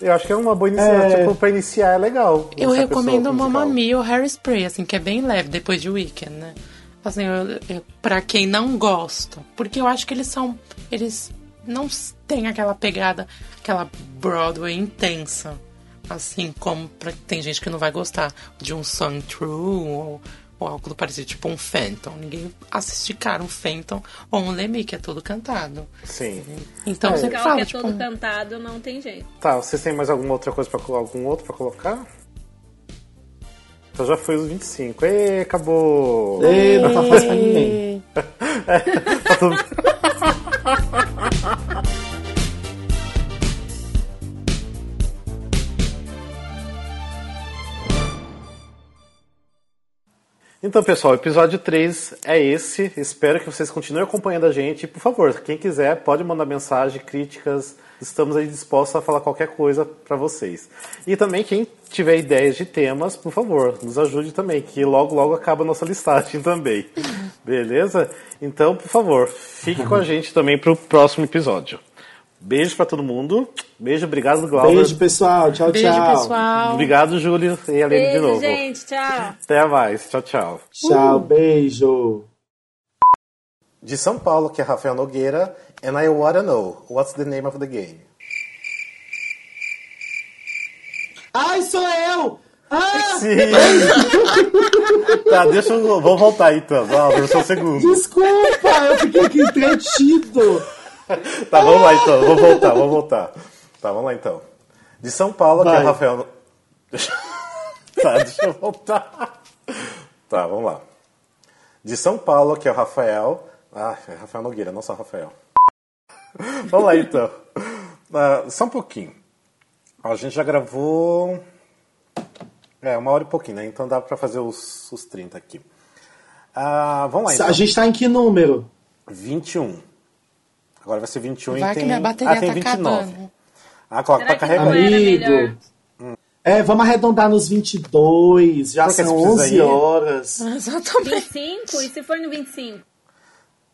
Speaker 4: Eu acho que é uma boa iniciativa.
Speaker 5: É.
Speaker 4: Tipo, pra iniciar é legal.
Speaker 6: Eu
Speaker 4: essa pessoa
Speaker 6: recomendo
Speaker 4: com
Speaker 6: o
Speaker 4: musical.
Speaker 6: Mamma Mia ou Hairspray, assim, que é bem leve depois de Weekend, né? Assim, eu, eu, pra quem não gosta. Porque eu acho que eles são... Eles não s- têm aquela pegada, aquela Broadway intensa. Assim, como pra, tem gente que não vai gostar de um Song True ou, ou algo do parecido, tipo um Phantom. Ninguém assiste, cara, um Phantom ou um Lemmy, que é todo cantado.
Speaker 4: Sim.
Speaker 6: Então, eu sempre
Speaker 7: musical que
Speaker 6: falo,
Speaker 7: é
Speaker 6: tipo...
Speaker 7: todo cantado, não tem jeito.
Speaker 4: Tá, vocês têm mais alguma outra coisa pra colo- algum outro pra colocar? Então já foi os 25. Ê, acabou!
Speaker 5: Ei, não tá fácil pra ninguém.
Speaker 4: Tá tudo- Então, pessoal, o episódio 3 é esse. Espero que vocês continuem acompanhando a gente. Por favor, quem quiser pode mandar mensagem, críticas. Estamos aí dispostos a falar qualquer coisa para vocês. E também quem tiver ideias de temas, por favor, nos ajude também, que logo logo acaba a nossa listagem [LAUGHS] também. Beleza? Então, por favor, fique com a gente também para o próximo episódio. Beijo para todo mundo. Beijo, obrigado, Glauber.
Speaker 5: Beijo, pessoal. Tchau,
Speaker 6: Beijo,
Speaker 5: tchau.
Speaker 6: pessoal.
Speaker 4: Obrigado, Júlio e Aline de
Speaker 7: Beijo,
Speaker 4: novo.
Speaker 7: gente. Tchau.
Speaker 4: Até mais. Tchau, tchau.
Speaker 5: Tchau,
Speaker 7: Uh.
Speaker 5: beijo.
Speaker 4: De São Paulo, que é Rafael Nogueira, and I wanna know, what's the name of the game?
Speaker 5: Ai, sou eu! Ah,
Speaker 4: Sim! [LAUGHS] tá, deixa eu... Vou voltar então, Álvaro, só um segundo.
Speaker 5: desculpa, eu fiquei aqui entretido.
Speaker 4: Tá, vamos lá então, vou voltar, vou voltar. Tá, vamos lá então. De [LAUGHS] São Paulo, que é
Speaker 5: Vai.
Speaker 4: Rafael... tá, deixa eu voltar. Tá, vamos lá. De São Paulo, que é o Rafael. Ah, é Rafael Nogueira, não só Rafael. vamos lá então. Ah, só um pouquinho. A gente já gravou. É, uma hora e pouquinho, né? Então dá pra fazer os, os 30 aqui. Ah, vamos lá então.
Speaker 5: A gente tá em que número?
Speaker 4: 21. Agora vai ser 21
Speaker 6: Vai
Speaker 4: e
Speaker 6: que
Speaker 4: tem.
Speaker 6: minha bateria
Speaker 4: ah, tem
Speaker 6: tá
Speaker 4: 29.
Speaker 6: acabando.
Speaker 4: Ah, coloca
Speaker 7: Será
Speaker 4: pra
Speaker 7: que
Speaker 4: carregar.
Speaker 7: não era melhor?
Speaker 5: Amigo. É, vamos arredondar nos 22, já
Speaker 4: Porque
Speaker 5: são
Speaker 4: você precisa
Speaker 5: 11
Speaker 4: ir.
Speaker 5: horas.
Speaker 6: [LAUGHS]
Speaker 7: Ah,
Speaker 6: Exatamente.
Speaker 7: 25? E se for no 25?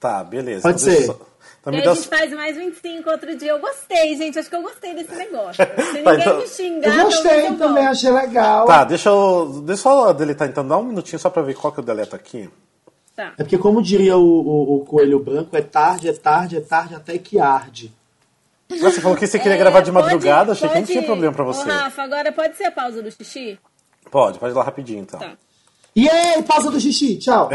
Speaker 4: Tá, beleza.
Speaker 5: Pode
Speaker 4: deixa
Speaker 5: ser.
Speaker 4: eu só- Então
Speaker 7: E
Speaker 4: me
Speaker 7: aí a
Speaker 4: dá.
Speaker 7: gente faz mais 25 outro dia. Eu gostei, gente. Acho que eu gostei desse
Speaker 4: [LAUGHS]
Speaker 7: negócio. Se ninguém
Speaker 4: Tá, então-
Speaker 7: me xingar,
Speaker 5: Eu gostei
Speaker 7: talvez eu
Speaker 5: também,
Speaker 7: volte.
Speaker 5: achei legal.
Speaker 4: Tá, deixa eu. Deixa eu só deletar então, dá um minutinho só pra ver qual que eu deleto aqui.
Speaker 7: Tá.
Speaker 5: É porque, como diria o, o- o Coelho Branco, é tarde, é tarde, é tarde até que arde.
Speaker 4: Mas Você falou que você queria
Speaker 7: É,
Speaker 4: gravar de
Speaker 7: pode-
Speaker 4: madrugada, achei que não
Speaker 7: pode-
Speaker 4: tinha problema pra você.
Speaker 7: Ô, Rafa, agora pode ser a pausa do xixi?
Speaker 4: Tá. [LAUGHS] Pode, pode ir lá rapidinho então.
Speaker 7: Tá.
Speaker 5: E aí, pausa do xixi, tchau.